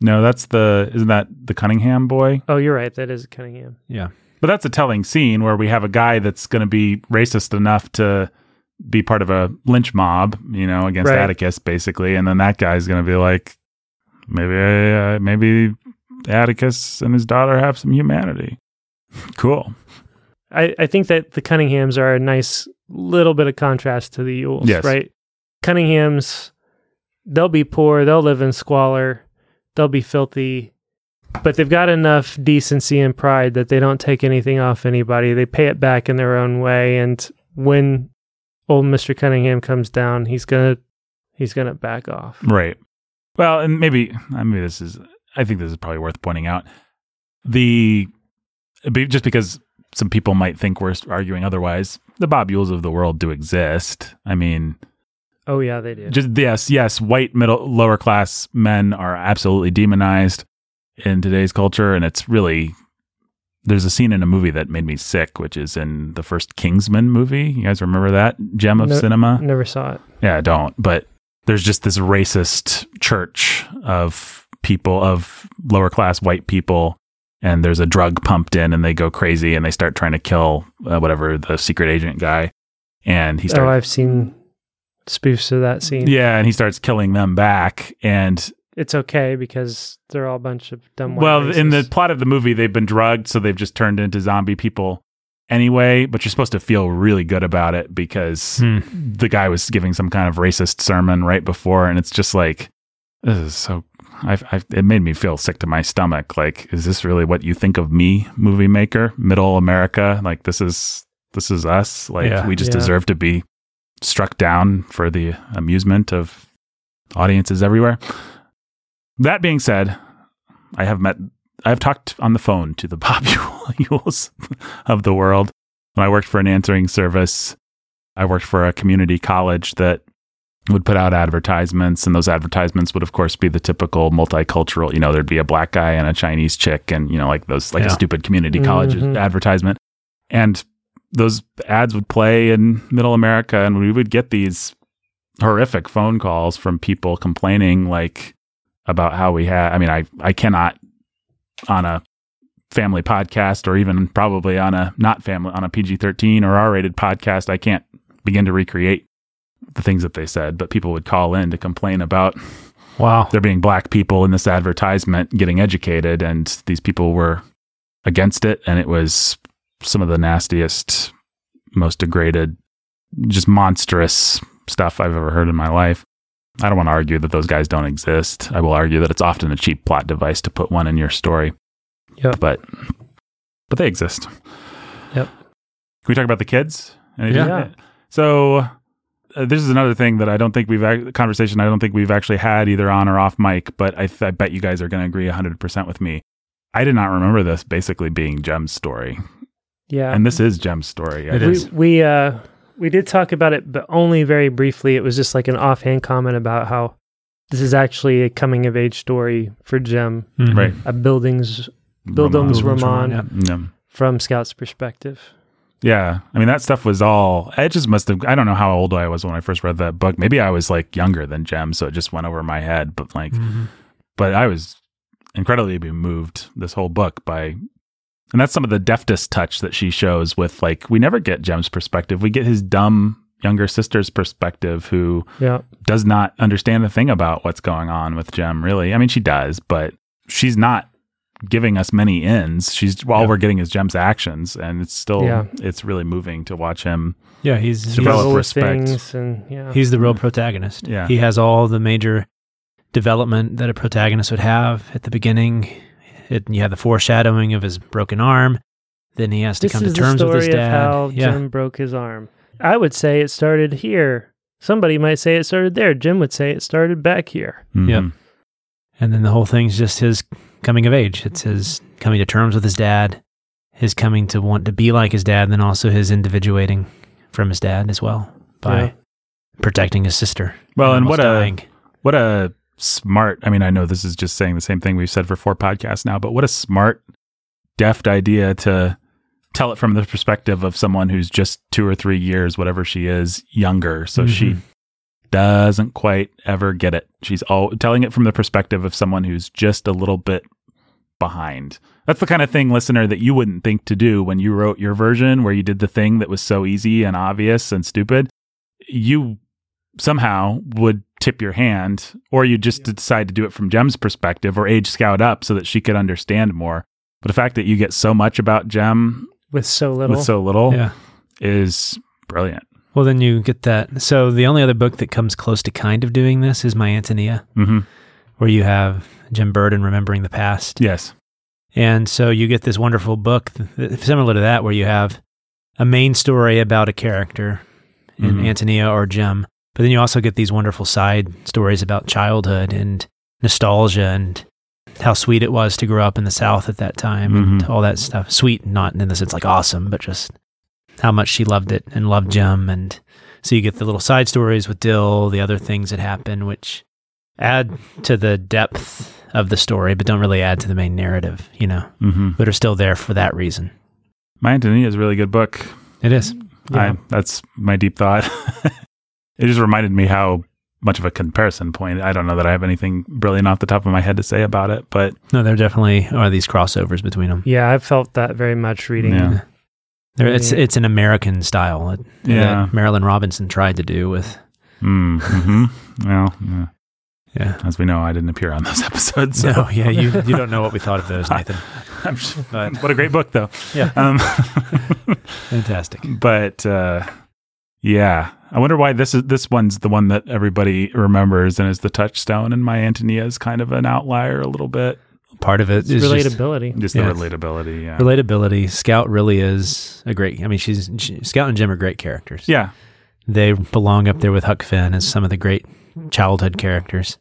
[SPEAKER 1] No, that's the, isn't that the Cunningham boy?
[SPEAKER 3] Oh, you're right. That is Cunningham.
[SPEAKER 2] Yeah.
[SPEAKER 1] But that's a telling scene where we have a guy that's going to be racist enough to be part of a lynch mob, you know, against
[SPEAKER 3] Right.
[SPEAKER 1] Atticus basically, and then that guy's going to be like, maybe, uh, maybe Atticus and his daughter have some humanity. (laughs) Cool.
[SPEAKER 3] I, I think that the Cunninghams are a nice little bit of contrast to the Yules,
[SPEAKER 1] Yes.
[SPEAKER 3] right? Cunninghams, they'll be poor, they'll live in squalor, they'll be filthy, but they've got enough decency and pride that they don't take anything off anybody. They pay it back in their own way, and when old Mister Cunningham comes down, he's gonna he's gonna back off.
[SPEAKER 1] Right. Well, and maybe I mean this is I think this is probably worth pointing out. The be- just because some people might think we're arguing otherwise, the Bob Yules of the world do exist. I mean,
[SPEAKER 3] Oh yeah, they do.
[SPEAKER 1] Just yes, yes, white middle lower class men are absolutely demonized in today's culture and it's really there's a scene in a movie that made me sick, which is in the first Kingsman movie. You guys remember that? Gem of
[SPEAKER 3] No- Mm.
[SPEAKER 1] Cinema?
[SPEAKER 3] Never saw it.
[SPEAKER 1] Yeah, I don't. But there's just this racist church of people, of lower class white people, and there's a drug pumped in, and they go crazy and they start trying to kill uh, whatever the secret agent guy. And he Mm. starts
[SPEAKER 3] Oh, I've seen spoofs of that scene.
[SPEAKER 1] yeah, and he starts killing them back. And
[SPEAKER 3] it's okay because they're all a bunch of dumb. white
[SPEAKER 1] well, in the
[SPEAKER 3] racists.
[SPEAKER 1] plot of the movie, they've been drugged, so they've just turned into zombie people. anyway, but you're supposed to feel really good about it because
[SPEAKER 2] Hmm.
[SPEAKER 1] the guy was giving some kind of racist sermon right before, and it's just like this is so. I've, I've, it made me feel sick to my stomach. Like, is this really what you think of me, movie maker, middle America? Like, this is this is us. Like,
[SPEAKER 2] Yeah.
[SPEAKER 1] we just
[SPEAKER 3] Yeah.
[SPEAKER 1] deserve to be struck down for the amusement of audiences everywhere. That being said, I have met, I've talked on the phone to the (laughs) popules of the world. When I worked for an answering service, I worked for a community college that would put out advertisements, and those advertisements would, of course, be the typical multicultural. You know, there'd be a black guy and a Chinese chick, and you know, like those, like a
[SPEAKER 2] Yeah.
[SPEAKER 1] stupid community college
[SPEAKER 3] Mhm.
[SPEAKER 1] advertisement. And those ads would play in Middle America, and we would get these horrific phone calls from people complaining, like about how we had. I mean, I I cannot on a family podcast or even probably on a not family on a PG-13 or R-rated podcast I can't begin to recreate the things that they said but people would call in to complain about
[SPEAKER 2] Wow.
[SPEAKER 1] there being black people in this advertisement getting educated and these people were against it and it was some of the nastiest most degraded just monstrous stuff i've ever heard in my life i don't want to argue that those guys don't exist i will argue that it's often a cheap plot device to put one in your story
[SPEAKER 3] Yep.
[SPEAKER 1] but but they exist
[SPEAKER 3] Yep.
[SPEAKER 1] can we talk about the kids Any-
[SPEAKER 3] Yeah.
[SPEAKER 1] so uh, this is another thing that I don't think we've ac- conversation I don't think we've actually had either on or off mic, but I, th- I bet you guys are going to agree 100% with me. I did not remember this basically being Jem's story.
[SPEAKER 3] Yeah.
[SPEAKER 1] And this is Jem's story. I
[SPEAKER 2] It
[SPEAKER 1] think.
[SPEAKER 2] is.
[SPEAKER 3] We we uh we did talk about it, but only very briefly. It was just like an offhand comment about how this is actually a coming of age story for Jim,
[SPEAKER 2] Mhm.
[SPEAKER 1] Right.
[SPEAKER 3] a buildings
[SPEAKER 1] Ramon.
[SPEAKER 3] Bildums
[SPEAKER 2] Bildungsroman,
[SPEAKER 3] Roman
[SPEAKER 2] yeah.
[SPEAKER 1] Yeah.
[SPEAKER 3] from Scout's perspective.
[SPEAKER 1] Yeah. I mean, that stuff was all, I just must have, I don't know how old I was when I first read that book. Maybe I was like younger than Jem, so it just went over my head, but like,
[SPEAKER 2] Mhm.
[SPEAKER 1] but I was incredibly moved this whole book by, and that's some of the deftest touch that she shows with like we never get Jem's perspective, we get his dumb younger sister's perspective who
[SPEAKER 3] Yeah.
[SPEAKER 1] does not understand a thing about what's going on with Jem. Really, I mean she does, but she's not giving us many ends. She's all
[SPEAKER 2] Yeah.
[SPEAKER 1] we're getting is Jem's actions, and it's still
[SPEAKER 3] Yeah.
[SPEAKER 1] it's really moving to watch him.
[SPEAKER 2] Yeah, he's
[SPEAKER 1] Develop
[SPEAKER 2] he's-
[SPEAKER 3] Little
[SPEAKER 1] respect.
[SPEAKER 3] Things and yeah.
[SPEAKER 2] He's the real protagonist.
[SPEAKER 1] Yeah.
[SPEAKER 2] He has all the major development that a protagonist would have at the beginning. It, you have the foreshadowing of his broken arm. Then he has to
[SPEAKER 3] this
[SPEAKER 2] come
[SPEAKER 3] is
[SPEAKER 2] to terms
[SPEAKER 3] the story
[SPEAKER 2] with his dad.
[SPEAKER 3] of how
[SPEAKER 2] yeah.
[SPEAKER 3] Jim broke his arm. I would say it started here. Somebody might say it started there. Jim would say it started back here.
[SPEAKER 2] Yeah.
[SPEAKER 1] Mhm.
[SPEAKER 2] And then the whole thing's just his coming of age. It's
[SPEAKER 1] Mm-hmm.
[SPEAKER 2] his coming to terms with his dad, his coming to want to be like his dad, and then also his individuating from his dad as well by
[SPEAKER 3] Yeah.
[SPEAKER 2] protecting his sister.
[SPEAKER 1] Well, and what a
[SPEAKER 2] almost dying.
[SPEAKER 1] what a smart i mean i know this is just saying the same thing we've said for four podcasts now but what a smart deft idea to tell it from the perspective of someone who's just two or three years whatever she is younger so she
[SPEAKER 2] Mhm.
[SPEAKER 1] doesn't quite ever get it she's all telling it from the perspective of someone who's just a little bit behind that's the kind of thing listener that you wouldn't think to do when you wrote your version where you did the thing that was so easy and obvious and stupid you somehow would tip your hand, or you just decide to do it from Jem's perspective or age scout up so that she could understand more. But the fact that you get so much about Jem
[SPEAKER 3] With so little.
[SPEAKER 1] with so little
[SPEAKER 2] Yeah.
[SPEAKER 1] is brilliant.
[SPEAKER 2] Well, then you get that. So the only other book that comes close to kind of doing this is My Antonia,
[SPEAKER 1] hmm
[SPEAKER 2] where you have Jim Burden remembering the past.
[SPEAKER 1] Yes.
[SPEAKER 2] And so you get this wonderful book th- th- similar to that, where you have a main story about a character in
[SPEAKER 1] Mhm.
[SPEAKER 2] Antonia or Jim, but then you also get these wonderful side stories about childhood and nostalgia and how sweet it was to grow up in the South at that time and
[SPEAKER 1] Mhm.
[SPEAKER 2] all that stuff. Sweet, not in the sense like awesome, but just how much she loved it and loved Jim. And so you get the little side stories with Dill, the other things that happen, which add to the depth of the story, but don't really add to the main narrative, you know,
[SPEAKER 1] hmm
[SPEAKER 2] but are still there for that reason.
[SPEAKER 1] My Antonia is a really good book.
[SPEAKER 2] It is.
[SPEAKER 1] I, that's my deep thought. (laughs) it just reminded me how much of a comparison point. I don't know that I have anything brilliant off the top of my head to say about it, but
[SPEAKER 2] No, there definitely are these crossovers between them.
[SPEAKER 3] yeah, I felt that very much reading.
[SPEAKER 1] Yeah.
[SPEAKER 2] There, it's
[SPEAKER 3] Yeah.
[SPEAKER 2] it's an American style that-
[SPEAKER 1] Yeah.
[SPEAKER 2] that Marilyn Robinson tried to do with
[SPEAKER 1] mm-hmm. (laughs) well, yeah.
[SPEAKER 2] Yeah.
[SPEAKER 1] As we know, I didn't appear on those (laughs) episodes. So
[SPEAKER 2] No, yeah, you, you don't know what we thought of
[SPEAKER 1] (laughs)
[SPEAKER 2] those, Nathan. (laughs)
[SPEAKER 1] I'm just-
[SPEAKER 2] But
[SPEAKER 1] what a great book, though.
[SPEAKER 2] yeah,
[SPEAKER 1] Um,
[SPEAKER 2] fantastic.
[SPEAKER 1] but uh, yeah, I wonder why this is this one's the one that everybody remembers and is the touchstone. And my Antonia is kind of an outlier a little bit.
[SPEAKER 2] Part of it
[SPEAKER 3] It's
[SPEAKER 2] is just
[SPEAKER 3] relatability.
[SPEAKER 1] Just
[SPEAKER 2] Yeah.
[SPEAKER 1] the relatability. Yeah.
[SPEAKER 2] relatability. Scout really is a great. I mean, she's she, Scout and Jim are great characters.
[SPEAKER 1] yeah.
[SPEAKER 2] they belong up there with Huck Finn as some of the great childhood characters,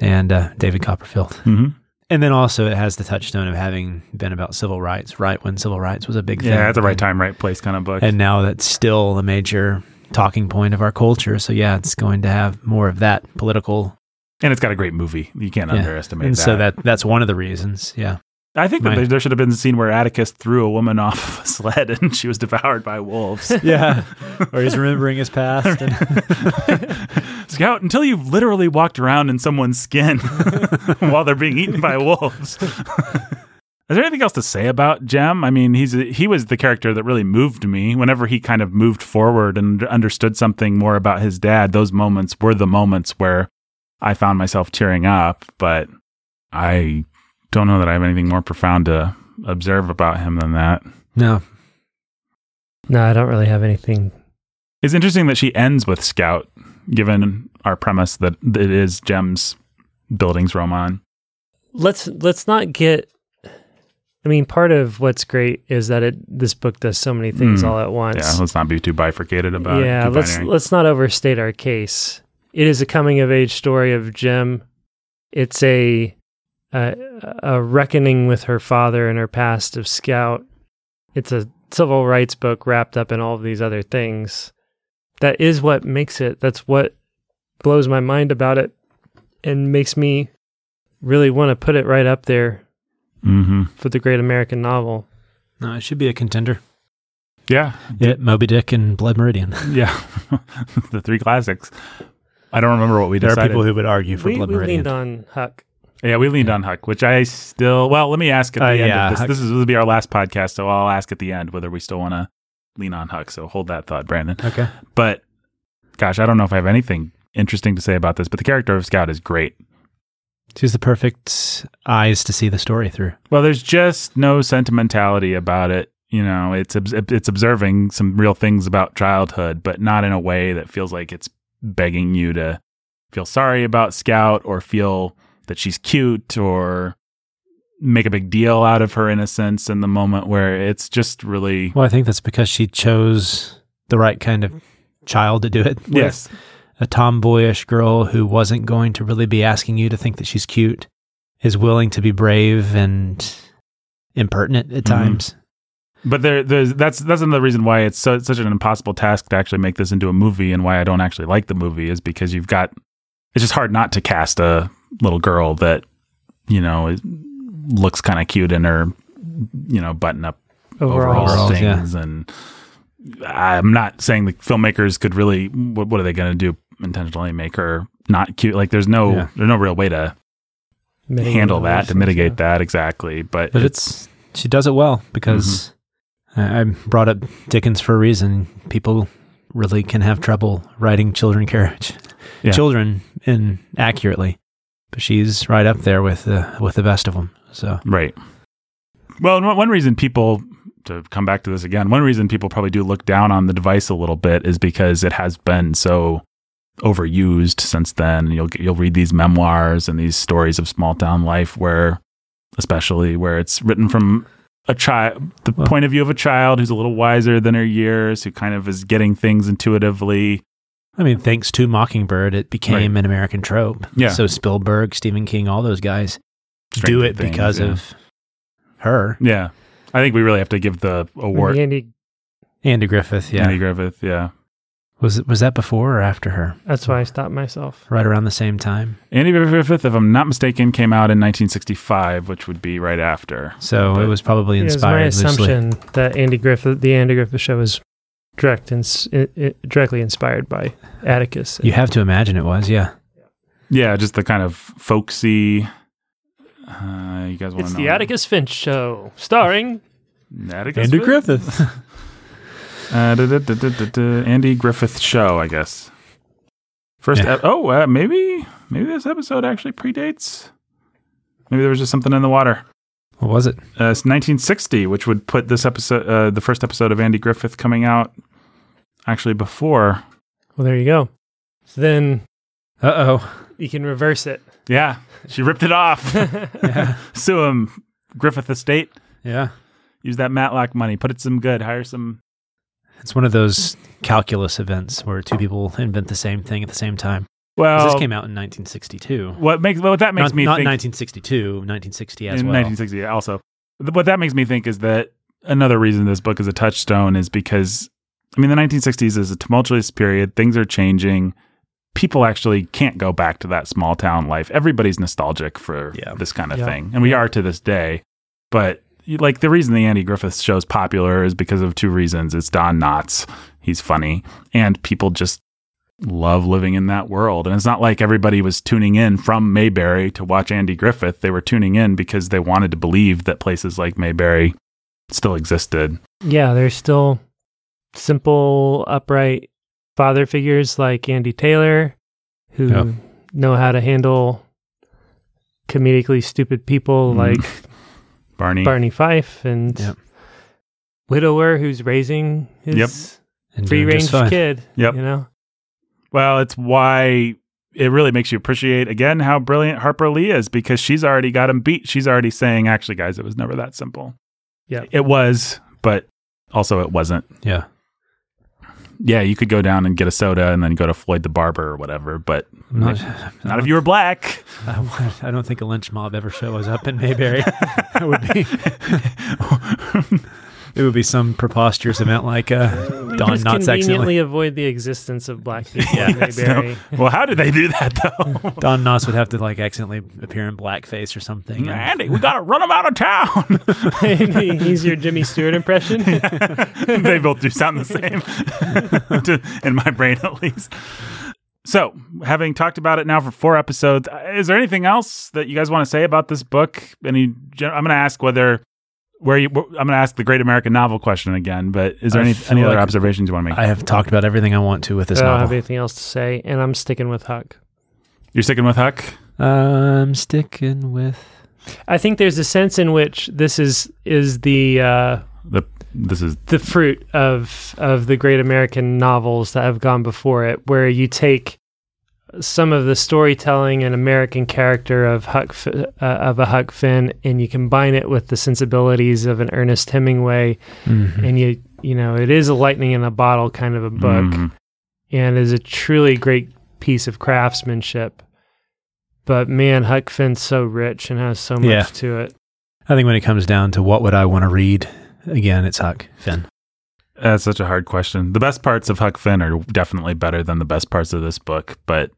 [SPEAKER 2] and uh, David Copperfield.
[SPEAKER 1] hmm
[SPEAKER 2] And then also it has the touchstone of having been about civil rights, right when civil rights was a big thing.
[SPEAKER 1] Yeah. At the right time, right place kind of book.
[SPEAKER 2] And now that's still a major talking point of our culture. So yeah, it's going to have more of that political.
[SPEAKER 1] and it's got a great movie. You can't
[SPEAKER 2] Yeah.
[SPEAKER 1] underestimate
[SPEAKER 2] and
[SPEAKER 1] that.
[SPEAKER 2] so that that's one of the reasons. Yeah.
[SPEAKER 1] I think that
[SPEAKER 2] my-
[SPEAKER 1] there- there should have been a scene where Atticus threw a woman (laughs) off of a sled and she was devoured by
[SPEAKER 2] (laughs)
[SPEAKER 1] wolves.
[SPEAKER 2] Yeah. or he's remembering his past.
[SPEAKER 1] (laughs) Scout, until you've literally walked around in someone's skin (laughs) while they're being eaten by wolves. (laughs) Is there anything else to say about Jem? I mean, he's he was the character that really moved me. Whenever he kind of moved forward and understood something more about his dad, those moments were the moments where I found myself tearing up. But I don't know that I have anything more profound to observe about him than that.
[SPEAKER 2] (laughs) no.
[SPEAKER 3] No, I don't really have anything.
[SPEAKER 1] It's interesting that she ends with Scout, given our premise that it is Jem's buildings Roman.
[SPEAKER 3] Let's let's not get. I mean, part of what's great is that it this book does so many things
[SPEAKER 1] Mm.
[SPEAKER 3] all at once.
[SPEAKER 1] Yeah, let's not be too bifurcated about it.
[SPEAKER 3] yeah
[SPEAKER 1] too
[SPEAKER 3] let's
[SPEAKER 1] binary.
[SPEAKER 3] let's not overstate our case it is a coming of age story of jim it's a a, a reckoning with her father and her past of scout it's a civil rights book wrapped up in all of these other things that is what makes it that's what blows my mind about it and makes me really want to put it right up there
[SPEAKER 1] Mhm.
[SPEAKER 3] for the great american novel
[SPEAKER 2] No, it should be a contender.
[SPEAKER 1] Yeah,
[SPEAKER 2] Yeah, Moby Dick and Blood Meridian.
[SPEAKER 1] yeah, (laughs) the three classics. I don't remember what we
[SPEAKER 2] There
[SPEAKER 1] decided.
[SPEAKER 2] are people who would argue for
[SPEAKER 3] we,
[SPEAKER 2] Blood
[SPEAKER 3] we
[SPEAKER 2] Meridian.
[SPEAKER 3] leaned on huck
[SPEAKER 1] yeah, we leaned on Huck, which I still. Well, let me ask at the
[SPEAKER 2] Uh,
[SPEAKER 1] end.
[SPEAKER 2] yeah,
[SPEAKER 1] of this.
[SPEAKER 2] Huck-
[SPEAKER 1] this is this will be our last podcast, so I'll ask at the end whether we still want to lean on Huck. So hold that thought, Brandon.
[SPEAKER 2] Okay.
[SPEAKER 1] But gosh, I don't know if I have anything interesting to say about this. But the character of Scout is great.
[SPEAKER 2] She's the perfect eyes to see the story through.
[SPEAKER 1] Well, there's just no sentimentality about it. You know, it's obs- it's observing some real things about childhood, but not in a way that feels like it's begging you to feel sorry about Scout or feel that she's cute or make a big deal out of her innocence in the moment where it's just really
[SPEAKER 2] Well, I think that's because she chose the right kind of child to do it. with.
[SPEAKER 1] yes,
[SPEAKER 2] A tomboyish girl who wasn't going to really be asking you to think that she's cute is willing to be brave and impertinent at
[SPEAKER 1] Mhm.
[SPEAKER 2] times.
[SPEAKER 1] but there there's that's that's another reason why it's so, such an impossible task to actually make this into a movie and why I don't actually like the movie is because you've got it's just hard not to cast a little girl that you know is- looks kind of cute in her you know button up overall
[SPEAKER 3] overall,
[SPEAKER 2] Overalls, yeah.
[SPEAKER 1] things and I'm not saying the filmmakers could really what, what are they going to do intentionally make her not cute like there's no
[SPEAKER 2] Yeah.
[SPEAKER 1] there's no real way to handle that to mitigate that exactly but,
[SPEAKER 2] But it's, she does it well
[SPEAKER 1] Mm-hmm.
[SPEAKER 2] because I, I brought up Dickens for a reason. People really can have trouble writing children (laughs) carriage,
[SPEAKER 1] Yeah.
[SPEAKER 2] children in accurately. But she's right up there with the with the best of them. So
[SPEAKER 1] Right. Well, and one- one reason people to come back to this again, one reason people probably do look down on the device a little bit is because it has been so overused since then. You'll get- you'll read these memoirs and these stories of small town life where especially where it's written from a child the
[SPEAKER 2] Well-
[SPEAKER 1] point of view of a child who's a little wiser than her years, who kind of is getting things intuitively.
[SPEAKER 2] I mean, thanks to Mockingbird, it became an American trope.
[SPEAKER 1] Yeah.
[SPEAKER 2] So Spielberg, Stephen King, all those guys do
[SPEAKER 1] Stranger
[SPEAKER 2] it
[SPEAKER 1] Things,
[SPEAKER 2] because
[SPEAKER 1] yeah.
[SPEAKER 2] of her.
[SPEAKER 1] Yeah. I think we really have to give the award
[SPEAKER 3] Andy,
[SPEAKER 2] Andy Griffith, yeah.
[SPEAKER 1] Andy Griffith, yeah.
[SPEAKER 2] Was was that before or after her?
[SPEAKER 3] that's why i stopped myself
[SPEAKER 2] Right around the same time.
[SPEAKER 1] Andy Griffith, if I'm not mistaken, came out in 1965, which would be right after.
[SPEAKER 2] So
[SPEAKER 1] But-
[SPEAKER 2] it was probably
[SPEAKER 3] It was
[SPEAKER 2] inspired
[SPEAKER 3] my
[SPEAKER 2] loosely.
[SPEAKER 3] assumption that Andy Griffith, the Andy Griffith show, was direct and s- i- i- directly inspired by Atticus.
[SPEAKER 2] You have to imagine it was, yeah.
[SPEAKER 1] Yeah, just the kind of folksy. Uh, you guys want
[SPEAKER 3] it's
[SPEAKER 1] to
[SPEAKER 3] the Atticus Finch show, starring
[SPEAKER 1] Atticus Finch? Uh, da, da, da, da, da, da, Andy Griffith show, I guess. First,
[SPEAKER 2] Yeah.
[SPEAKER 1] ep- oh, uh, maybe maybe this episode actually predates. Maybe there was just something in the water.
[SPEAKER 2] (laughs) What was it?
[SPEAKER 1] Uh, it's 1960, which would put this episode, uh, the first episode of Andy Griffith coming out actually before.
[SPEAKER 3] Well, there you go. So then
[SPEAKER 2] Uh oh.
[SPEAKER 3] you can reverse it. (laughs)
[SPEAKER 1] Yeah, she ripped it off. (laughs)
[SPEAKER 2] Yeah.
[SPEAKER 1] Sue him, Griffith Estate.
[SPEAKER 2] yeah.
[SPEAKER 1] Use that Matlock money. Put it some good. Hire some.
[SPEAKER 2] It's one of those calculus events where two people invent the same thing at the same time. 'Cause
[SPEAKER 1] Well,
[SPEAKER 3] Oh.
[SPEAKER 2] this came out in 1962.
[SPEAKER 1] what makes what that makes
[SPEAKER 2] not,
[SPEAKER 1] me
[SPEAKER 2] not
[SPEAKER 1] think
[SPEAKER 2] 1962, 1960 as
[SPEAKER 1] in
[SPEAKER 2] well.
[SPEAKER 1] 1960 also. Th- What that makes me think is that another reason this book is a touchstone is because I mean the 1960s is a tumultuous period. Things are changing. People actually can't go back to that small town life. Everybody's nostalgic for
[SPEAKER 2] Yeah.
[SPEAKER 1] this kind of
[SPEAKER 3] Yeah.
[SPEAKER 1] thing, and we are to this day. But you- like the reason the Andy Griffith show's popular is because of two reasons. It's Don Knotts. He's funny, and people just love living in that world. And it's not like everybody was tuning in from Mayberry to watch Andy Griffith. They were tuning in because they wanted to believe that places like Mayberry still existed.
[SPEAKER 3] Yeah, there's still simple, upright father figures like Andy Taylor who
[SPEAKER 2] Yeah.
[SPEAKER 3] know how to handle comedically stupid people
[SPEAKER 2] Mm-hmm.
[SPEAKER 1] Mhm.
[SPEAKER 3] like
[SPEAKER 1] Barney.
[SPEAKER 3] Barney Fife and
[SPEAKER 2] Yep.
[SPEAKER 3] Widower who's raising his
[SPEAKER 2] And
[SPEAKER 3] free
[SPEAKER 2] doing just
[SPEAKER 3] range
[SPEAKER 2] fine.
[SPEAKER 3] kid.
[SPEAKER 1] Yep.
[SPEAKER 3] You know?
[SPEAKER 1] Well, it's why it really makes you appreciate again how brilliant Harper Lee is because she's already got him beat. She's already saying, actually, guys, it was never that simple.
[SPEAKER 3] Yeah.
[SPEAKER 1] It was, but also it wasn't.
[SPEAKER 2] Yeah.
[SPEAKER 1] Yeah, you could go down and get a soda and then go to Floyd the Barber or whatever, but
[SPEAKER 2] I'm not,
[SPEAKER 1] not if you were black.
[SPEAKER 2] (laughs) I, I don't think a lynch mob ever shows up in
[SPEAKER 3] (laughs)
[SPEAKER 2] Mayberry. it would be it would be (laughs) some preposterous event like uh,
[SPEAKER 3] We
[SPEAKER 2] Don
[SPEAKER 3] just
[SPEAKER 2] Knotts accidentally
[SPEAKER 3] conveniently avoid the existence of
[SPEAKER 2] (laughs)
[SPEAKER 3] black people
[SPEAKER 1] (laughs)
[SPEAKER 3] in
[SPEAKER 1] Yes,
[SPEAKER 3] Mayberry. (laughs)
[SPEAKER 1] no. Well, how did they do that though?
[SPEAKER 2] Don Knotts would have to like accidentally appear in blackface or something. and-
[SPEAKER 1] Andy, we gotta run him out of town.
[SPEAKER 3] He's your Jimmy
[SPEAKER 2] (laughs)
[SPEAKER 3] Stewart impression.
[SPEAKER 1] (laughs) they both do sound the same (laughs) To- in my brain, at least. So, having talked about it now for four episodes, uh, is there anything else that you guys want to say about this book? Any, gen- I'm going to ask whether where you, wh- I'm going to ask the Great American Novel question again. But is there
[SPEAKER 2] I
[SPEAKER 1] any
[SPEAKER 2] feel
[SPEAKER 1] any other
[SPEAKER 2] like
[SPEAKER 1] observations you want to make?
[SPEAKER 2] I have talked about everything I want to with this
[SPEAKER 3] I don't have
[SPEAKER 2] novel.
[SPEAKER 3] anything else to say, and I'm sticking with Huck.
[SPEAKER 1] You're sticking with Huck.
[SPEAKER 2] I'm sticking with
[SPEAKER 3] I think there's a sense in which this is is the uh,
[SPEAKER 1] The this is
[SPEAKER 3] the fruit of of the great American novels that have gone before it, where you take some of the storytelling and American character of Huck F- uh, of a Huck Finn, and you combine it with the sensibilities of an Ernest Hemingway, and you you know it is a lightning in a bottle kind of a book.
[SPEAKER 1] Mm.
[SPEAKER 3] and is a truly great piece of craftsmanship. But man, Huck Finn's so rich and has so much
[SPEAKER 2] Yeah.
[SPEAKER 3] to it.
[SPEAKER 2] I think when it comes down to what would I want to read, again, it's Huck Finn.
[SPEAKER 1] That's such a hard question. The best parts of Huck Finn are definitely better than the best parts of this book, but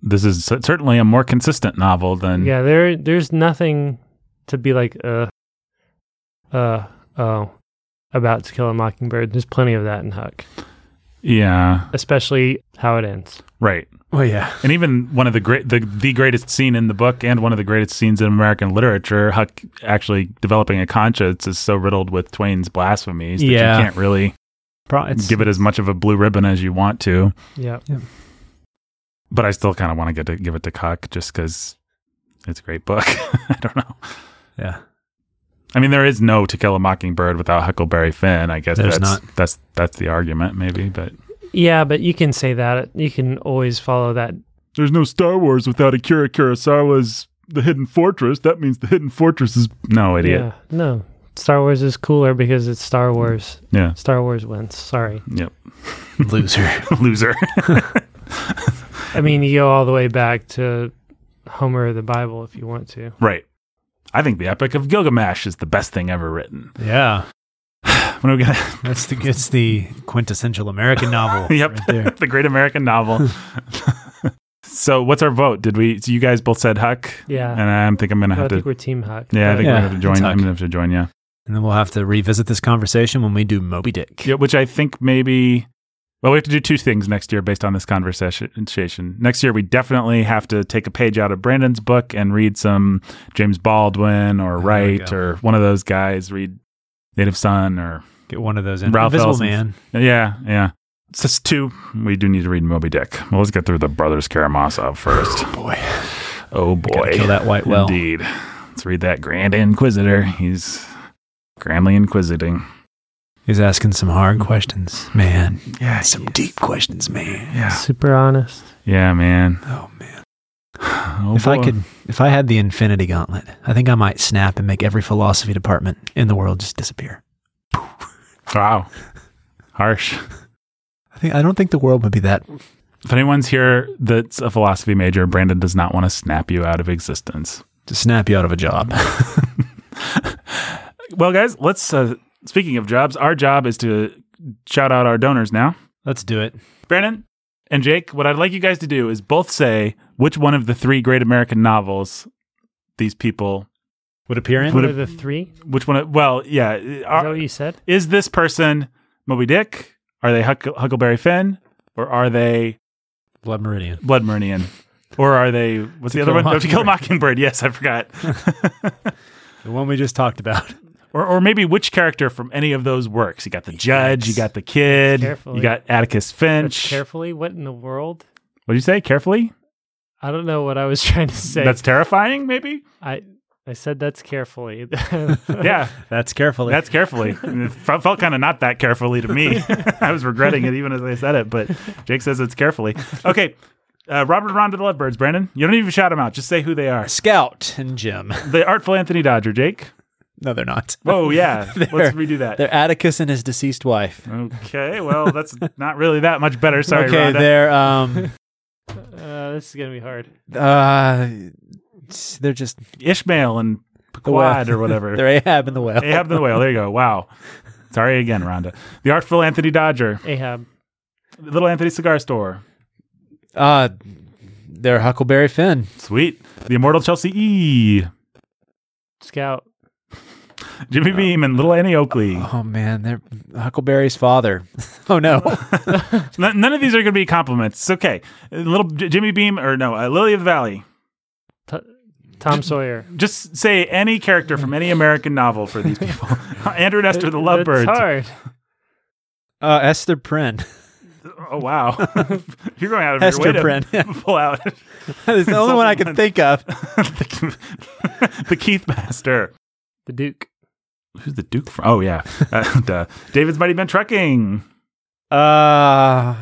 [SPEAKER 1] this is cer- certainly a more consistent novel than
[SPEAKER 3] Yeah, there there's nothing to be like uh uh oh about to kill a mockingbird. There's plenty of that in Huck,
[SPEAKER 1] Yeah,
[SPEAKER 3] especially how it ends.
[SPEAKER 1] right.
[SPEAKER 2] Well, yeah,
[SPEAKER 1] And even one of the great, the, the greatest scene in the book, and one of the greatest scenes in American literature, Huck actually developing a conscience is so riddled with Twain's blasphemies that
[SPEAKER 2] Yeah.
[SPEAKER 1] you can't really
[SPEAKER 2] Pro- it's,
[SPEAKER 1] give it as much of a blue ribbon as you want to.
[SPEAKER 3] Yeah.
[SPEAKER 1] But I still kind of want to get to give it to Huck just because it's a great book. (laughs) I don't know.
[SPEAKER 2] yeah,
[SPEAKER 1] I mean, there is no To Kill a Mockingbird without Huckleberry Finn. I guess
[SPEAKER 2] There's
[SPEAKER 1] that's that's that's the argument, maybe. But
[SPEAKER 3] Yeah, but you can say that. You can always follow that.
[SPEAKER 1] there's no Star Wars without Akira Kurosawa's The Hidden Fortress. That means The Hidden Fortress is no idiot.
[SPEAKER 3] Yeah. No. Star Wars is cooler because it's Star Wars.
[SPEAKER 1] Yeah.
[SPEAKER 3] Star Wars wins. Sorry.
[SPEAKER 1] Yep. (laughs)
[SPEAKER 2] loser.
[SPEAKER 1] Loser.
[SPEAKER 3] I mean, you go all the way back to Homer of the Bible if you want to.
[SPEAKER 1] right. I think the Epic of Gilgamesh is the best thing ever written. (laughs)
[SPEAKER 2] yeah,
[SPEAKER 1] When are we gonna?
[SPEAKER 2] (laughs) that's the it's the quintessential American novel.
[SPEAKER 1] (laughs) yep.
[SPEAKER 2] right there.
[SPEAKER 1] the Great American
[SPEAKER 2] (laughs)
[SPEAKER 1] Novel. so, what's our vote? Did we? So you guys both said Huck, and
[SPEAKER 2] Uh,
[SPEAKER 3] Yeah.
[SPEAKER 1] I think I'm gonna
[SPEAKER 3] I,
[SPEAKER 1] have
[SPEAKER 3] think
[SPEAKER 1] to.
[SPEAKER 3] we're Team Huck.
[SPEAKER 1] Yeah, I
[SPEAKER 3] but
[SPEAKER 1] think
[SPEAKER 2] Yeah,
[SPEAKER 1] we're gonna have to join.
[SPEAKER 2] it's
[SPEAKER 1] I'm
[SPEAKER 2] Huck.
[SPEAKER 1] gonna have to join you.
[SPEAKER 2] And then we'll have to revisit this conversation when we do Moby Dick.
[SPEAKER 1] Yeah, which I think maybe. Well, we have to do two things next year based on this conversation. Next year, we definitely have to take a page out of Brandon's book and read some James Baldwin or
[SPEAKER 2] we
[SPEAKER 1] Wright
[SPEAKER 2] go.
[SPEAKER 1] or one of those guys. Read Native Son or
[SPEAKER 2] Get one of those in.
[SPEAKER 1] Ralph
[SPEAKER 2] Invisible
[SPEAKER 1] Ellison.
[SPEAKER 2] Man.
[SPEAKER 1] yeah, yeah. s- two, we do need to read Moby Dick. Well, let's get through the Brothers Karamazov first.
[SPEAKER 2] Boy,
[SPEAKER 1] Oh boy,
[SPEAKER 2] kill that white whale.
[SPEAKER 1] Indeed. Let's read that Grand Inquisitor. He's grandly inquisiting.
[SPEAKER 2] He's asking some hard questions, man.
[SPEAKER 1] Yeah,
[SPEAKER 2] Some deep questions, man.
[SPEAKER 1] yeah,
[SPEAKER 3] Super honest.
[SPEAKER 1] yeah, man.
[SPEAKER 2] Oh man.
[SPEAKER 1] Oh,
[SPEAKER 2] if I
[SPEAKER 1] boy.
[SPEAKER 2] could, if I had the Infinity Gauntlet, I think I might snap and make every philosophy department in the world just disappear.
[SPEAKER 1] wow, harsh.
[SPEAKER 2] I think I don't think the world would be that.
[SPEAKER 1] If anyone's here that's a philosophy major, Brandon does not want to snap you out of existence. (laughs)
[SPEAKER 2] Just snap you out of a job. (laughs)
[SPEAKER 1] Well, guys, let's. Uh, speaking of jobs, our job is to shout out our donors now.
[SPEAKER 2] Let's do it.
[SPEAKER 1] Brandon and Jake, what I'd like you guys to do is both say which one of the three great American novels these people,
[SPEAKER 2] Would appear in.
[SPEAKER 1] Would
[SPEAKER 3] What
[SPEAKER 1] it-
[SPEAKER 3] are the three? Is
[SPEAKER 1] which one, well, yeah.
[SPEAKER 3] that
[SPEAKER 1] Are,
[SPEAKER 3] what you said?
[SPEAKER 1] is this person Moby Dick? Are they Huck- Huckleberry Finn? Or are they
[SPEAKER 2] Blood Meridian.
[SPEAKER 1] Blood Meridian? Or are they, what's
[SPEAKER 2] To
[SPEAKER 1] the other
[SPEAKER 2] Kill a
[SPEAKER 1] one? (laughs) Oh, to Kill a Mockingbird.
[SPEAKER 2] Mockingbird.
[SPEAKER 1] Yes, I forgot.
[SPEAKER 2] The one we just talked about. (laughs)
[SPEAKER 1] or, or maybe which character from any of those works? You got the judge, you got the kid,
[SPEAKER 3] Carefully.
[SPEAKER 1] you got Atticus
[SPEAKER 3] That's
[SPEAKER 1] Finch.
[SPEAKER 3] carefully. What in the world?
[SPEAKER 1] what do you say? Carefully?
[SPEAKER 3] I don't know what I was (laughs) trying to say.
[SPEAKER 1] That's terrifying, maybe?
[SPEAKER 3] I I said that's carefully. (laughs) Uh,
[SPEAKER 1] Yeah.
[SPEAKER 2] That's carefully.
[SPEAKER 1] That's
[SPEAKER 2] (laughs)
[SPEAKER 1] carefully. it fe- felt kind of not that carefully to me. I was regretting it even as I said it, but Jake says it's carefully. Okay. Uh, Robert and Rhonda the Lovebirds, Brandon. You don't even shout them out. Just say who they are.
[SPEAKER 2] Scout and Jim. (laughs)
[SPEAKER 1] The Artful Anthony Dodger, Jake.
[SPEAKER 2] No, they're not.
[SPEAKER 1] Oh, yeah.
[SPEAKER 2] They're-
[SPEAKER 1] Let's redo that.
[SPEAKER 2] (laughs) They're Atticus and his deceased wife.
[SPEAKER 1] Okay. Well, that's not really that much better. Sorry, Rhonda.
[SPEAKER 2] okay, they're (laughs) um
[SPEAKER 3] Uh, this is gonna be hard.
[SPEAKER 2] uh they're just
[SPEAKER 1] Ishmael and
[SPEAKER 2] whale.
[SPEAKER 1] Quad or whatever.
[SPEAKER 2] they're Ahab and the whale.
[SPEAKER 1] Ahab and the Whale. There you go. Wow. Sorry again, Rhonda. The Artful Anthony Dodger.
[SPEAKER 3] Ahab.
[SPEAKER 1] Little Anthony Cigar Store.
[SPEAKER 2] Uh they're Huckleberry Finn.
[SPEAKER 1] Sweet. The Immortal Chelsea E.
[SPEAKER 3] Scout.
[SPEAKER 1] Jimmy Beam and Little Annie Oakley.
[SPEAKER 2] Oh man, they're Huckleberry's father. (laughs) Oh no.
[SPEAKER 1] N- none of these are going to be compliments. It's okay. Uh, Little J- Jimmy Beam or no, uh, Lily of the Valley.
[SPEAKER 3] T-
[SPEAKER 1] (laughs)
[SPEAKER 3] Tom Sawyer.
[SPEAKER 1] Just say any character from any American novel for these people. (laughs) Andrew and Esther, the Lovebirds.
[SPEAKER 3] That's hard.
[SPEAKER 2] Uh Esther Prynne.
[SPEAKER 1] Oh wow, (laughs) you're going out of
[SPEAKER 2] (laughs) Esther
[SPEAKER 1] your way
[SPEAKER 2] Prynne.
[SPEAKER 1] (laughs) to pull out
[SPEAKER 2] It's the only one I can think of.
[SPEAKER 1] the, the Keith Master.
[SPEAKER 3] The Duke.
[SPEAKER 1] Who's the Duke from? Oh yeah, (laughs) and, uh, David's Mighty Men Trucking.
[SPEAKER 2] Uh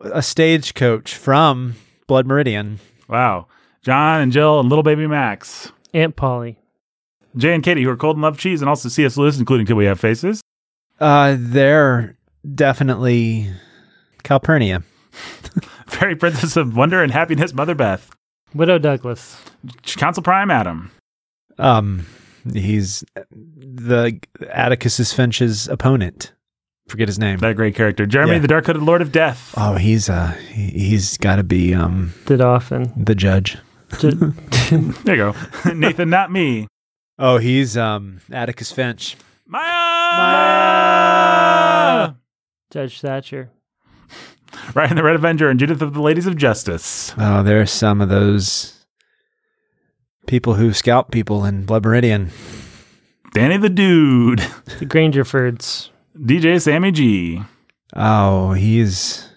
[SPEAKER 2] a stagecoach from Blood Meridian.
[SPEAKER 1] Wow, John and Jill and Little Baby Max.
[SPEAKER 3] Aunt Polly.
[SPEAKER 1] Jay and Katie, who are cold and love cheese, and also C.S. Lewis, including Till We Have Faces. (laughs)
[SPEAKER 2] Uh they're definitely Calpurnia.
[SPEAKER 1] Fairy Princess of Wonder and Happiness, Mother Beth.
[SPEAKER 3] Widow Douglas.
[SPEAKER 1] Council Prime Adam.
[SPEAKER 2] Um, he's the Atticus's Finch's opponent. Forget his name.
[SPEAKER 1] That great character. Jeremy,
[SPEAKER 2] Yeah.
[SPEAKER 1] the dark hooded lord of death.
[SPEAKER 2] Oh, he's uh, he, he's got to be um
[SPEAKER 3] Did often.
[SPEAKER 2] the judge.
[SPEAKER 3] J-
[SPEAKER 1] (laughs) There you go. (laughs) Nathan, not me.
[SPEAKER 2] Oh, he's um Atticus Finch.
[SPEAKER 1] Maya!
[SPEAKER 3] (laughs) Judge Thatcher.
[SPEAKER 1] Ryan the Red Avenger and Judith of the Ladies of Justice.
[SPEAKER 2] Oh, there are some of those people who scalp people in Blood Meridian.
[SPEAKER 1] Danny the Dude.
[SPEAKER 3] The Grangerfords.
[SPEAKER 1] DJ Sammy G.
[SPEAKER 2] Oh, he's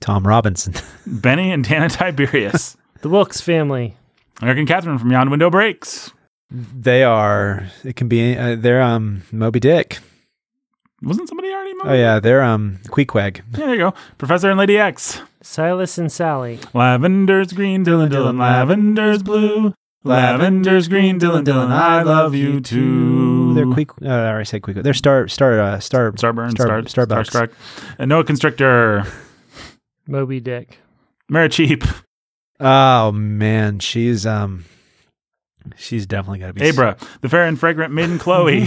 [SPEAKER 2] Tom Robinson. (laughs)
[SPEAKER 1] Benny and Tana (laughs) Tiberius.
[SPEAKER 3] The Wilkes family.
[SPEAKER 1] American Catherine from Yon Window Breaks.
[SPEAKER 2] they are. It can be. Uh, they're um Moby Dick.
[SPEAKER 1] Wasn't somebody already?
[SPEAKER 2] Oh yeah, they're um Queequeg.
[SPEAKER 1] Yeah, there you go. Professor and Lady X.
[SPEAKER 3] Silas and Sally.
[SPEAKER 1] Lavender's green, Dylan, Dylan, lavender's blue. Lavender's green, Dylan, Dylan, I love you too.
[SPEAKER 2] They're Queequeg. Uh, I already said Queequeg. They're Star Star uh, Star
[SPEAKER 1] Starburn,
[SPEAKER 2] Star,
[SPEAKER 1] Star,
[SPEAKER 2] Starbucks.
[SPEAKER 1] Starstruck. And Noah Constrictor. (laughs)
[SPEAKER 3] Moby Dick.
[SPEAKER 1] Mara Cheap.
[SPEAKER 2] Oh man, she's um, she's definitely got to be
[SPEAKER 1] Abra, the fair and fragrant maiden Chloe,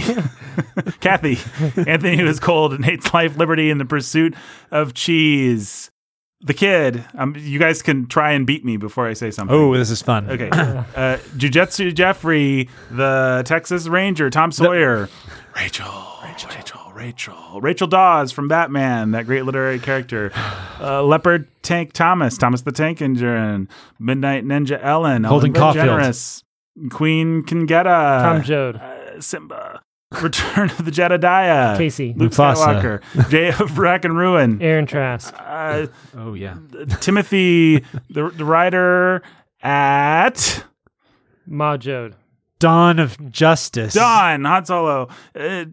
[SPEAKER 1] (laughs)
[SPEAKER 2] (laughs)
[SPEAKER 1] Kathy, Anthony who is cold and hates life, liberty, and the pursuit of cheese. The kid. Um, you guys can try and beat me before I say something.
[SPEAKER 2] Oh, this is fun. (coughs)
[SPEAKER 1] Okay. Uh, Jujutsu Jeffrey, the Texas Ranger, Tom Sawyer, Rachel, Rachel, Rachel, Rachel, Rachel Dawes from Batman, that great literary character, uh, Leopard Tank Thomas, Thomas the Tank Engine, Midnight Ninja Ellen,
[SPEAKER 2] Holden
[SPEAKER 1] Ellen
[SPEAKER 2] Caulfield.
[SPEAKER 1] DeGeneres, Queen Kangetta,
[SPEAKER 3] Tom Joad.
[SPEAKER 1] uh, Simba, (laughs) Return of the Jedediah.
[SPEAKER 3] Casey,
[SPEAKER 1] Luke
[SPEAKER 2] Mufasa.
[SPEAKER 1] Skywalker. Jay of Rack and Ruin.
[SPEAKER 3] Aaron Trask.
[SPEAKER 1] Uh,
[SPEAKER 2] Oh yeah.
[SPEAKER 1] Timothy, the, the writer at
[SPEAKER 3] Ma Jode.
[SPEAKER 2] Dawn of Justice.
[SPEAKER 1] Don, Han Solo. Uh,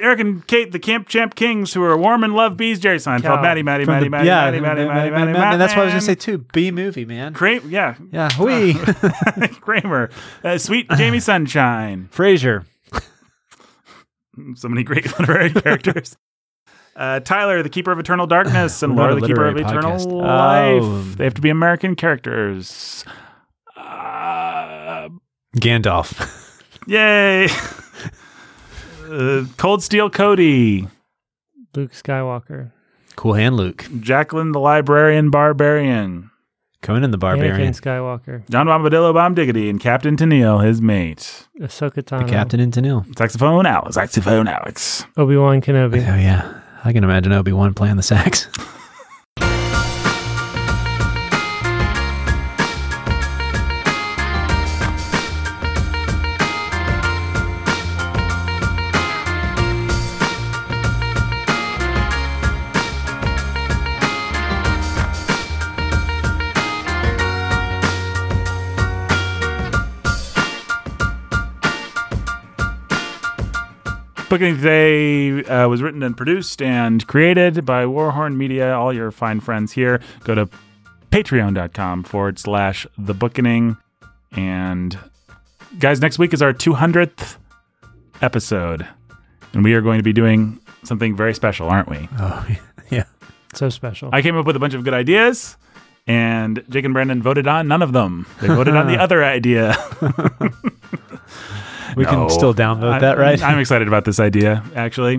[SPEAKER 1] Eric and Kate, the Camp Champ Kings, who are warm and love bees. Jerry Seinfeld,
[SPEAKER 3] Cal.
[SPEAKER 1] Maddie, Maddie,
[SPEAKER 2] From
[SPEAKER 1] Maddie,
[SPEAKER 2] the,
[SPEAKER 1] Maddie,
[SPEAKER 2] yeah,
[SPEAKER 1] Maddie, Maddie, Maddie, Maddie,
[SPEAKER 2] and that's what I was gonna say too. B movie, man.
[SPEAKER 1] Great, yeah,
[SPEAKER 2] Yeah, we
[SPEAKER 1] Kramer, uh, sweet Jamie Sunshine.
[SPEAKER 2] (laughs) Frasier.
[SPEAKER 1] So many great literary characters. Uh, Tyler, the Keeper of Eternal Darkness, and
[SPEAKER 2] We're not
[SPEAKER 1] Laura,
[SPEAKER 2] a
[SPEAKER 1] the Keeper of
[SPEAKER 2] literary
[SPEAKER 1] Eternal
[SPEAKER 2] podcast.
[SPEAKER 1] Life.
[SPEAKER 2] Oh.
[SPEAKER 1] They have to be American characters. Uh,
[SPEAKER 2] Gandalf.
[SPEAKER 1] yay! uh, Cold Steel Cody,
[SPEAKER 3] Luke Skywalker.
[SPEAKER 2] cool hand Luke.
[SPEAKER 1] Jacqueline the Librarian Barbarian,
[SPEAKER 2] Conan the Barbarian.
[SPEAKER 3] Anakin Skywalker.
[SPEAKER 1] John Bombadillo Bomb Diggity, and Captain Tennille, his mate.
[SPEAKER 3] Ahsoka
[SPEAKER 2] The
[SPEAKER 3] Tano.
[SPEAKER 2] Captain and Tennille.
[SPEAKER 1] Saxophone Alex, saxophone Alex.
[SPEAKER 2] (laughs)
[SPEAKER 3] Obi-Wan Kenobi.
[SPEAKER 2] Oh yeah. I can imagine Obi Wan playing the sax. (laughs)
[SPEAKER 1] Booking Today uh, was written and produced and created by Warhorn Media, all your fine friends here. Go to patreon.com forward slash the bookening. And guys, next week is our 200th episode. And we are going to be doing something very special, aren't we?
[SPEAKER 2] Oh (laughs) yeah.
[SPEAKER 3] So special.
[SPEAKER 1] I came up with a bunch of good ideas, and Jake and Brandon voted on none of them. They voted on the other idea.
[SPEAKER 2] We
[SPEAKER 1] No.
[SPEAKER 2] can still download
[SPEAKER 1] I-
[SPEAKER 2] that, right?
[SPEAKER 1] I'm excited about this idea, actually.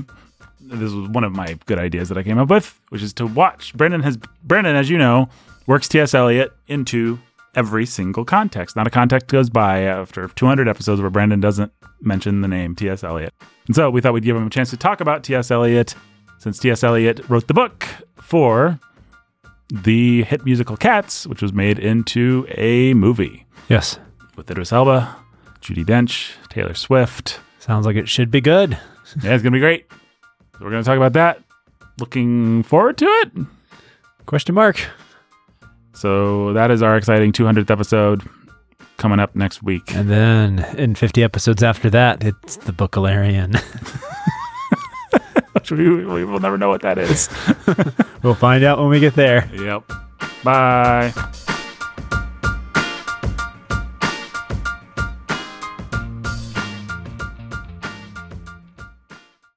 [SPEAKER 1] This was one of my good ideas that I came up with, which is to watch. Brandon has Brandon, as you know, works T.S. Eliot into every single context. Not a context goes by after 200 episodes where Brandon doesn't mention the name T.S. Eliot. And so we thought we'd give him a chance to talk about T.S. Eliot, since T.S. Eliot wrote the book for the hit musical Cats, which was made into a movie
[SPEAKER 2] yes.
[SPEAKER 1] with Idris Elba, Judy Dench, Taylor Swift.
[SPEAKER 2] Sounds like it should be good.
[SPEAKER 1] Yeah, it's gonna be great. So We're gonna talk about that. Looking forward to it.
[SPEAKER 2] Question mark.
[SPEAKER 1] So that is our exciting 200th episode coming up next
[SPEAKER 2] (laughs)
[SPEAKER 1] week.
[SPEAKER 2] And then in 50 episodes after that, it's the (laughs) Bookalarian.
[SPEAKER 1] we, we will never know what that is.
[SPEAKER 2] we'll find out when we get there.
[SPEAKER 1] yep. Bye.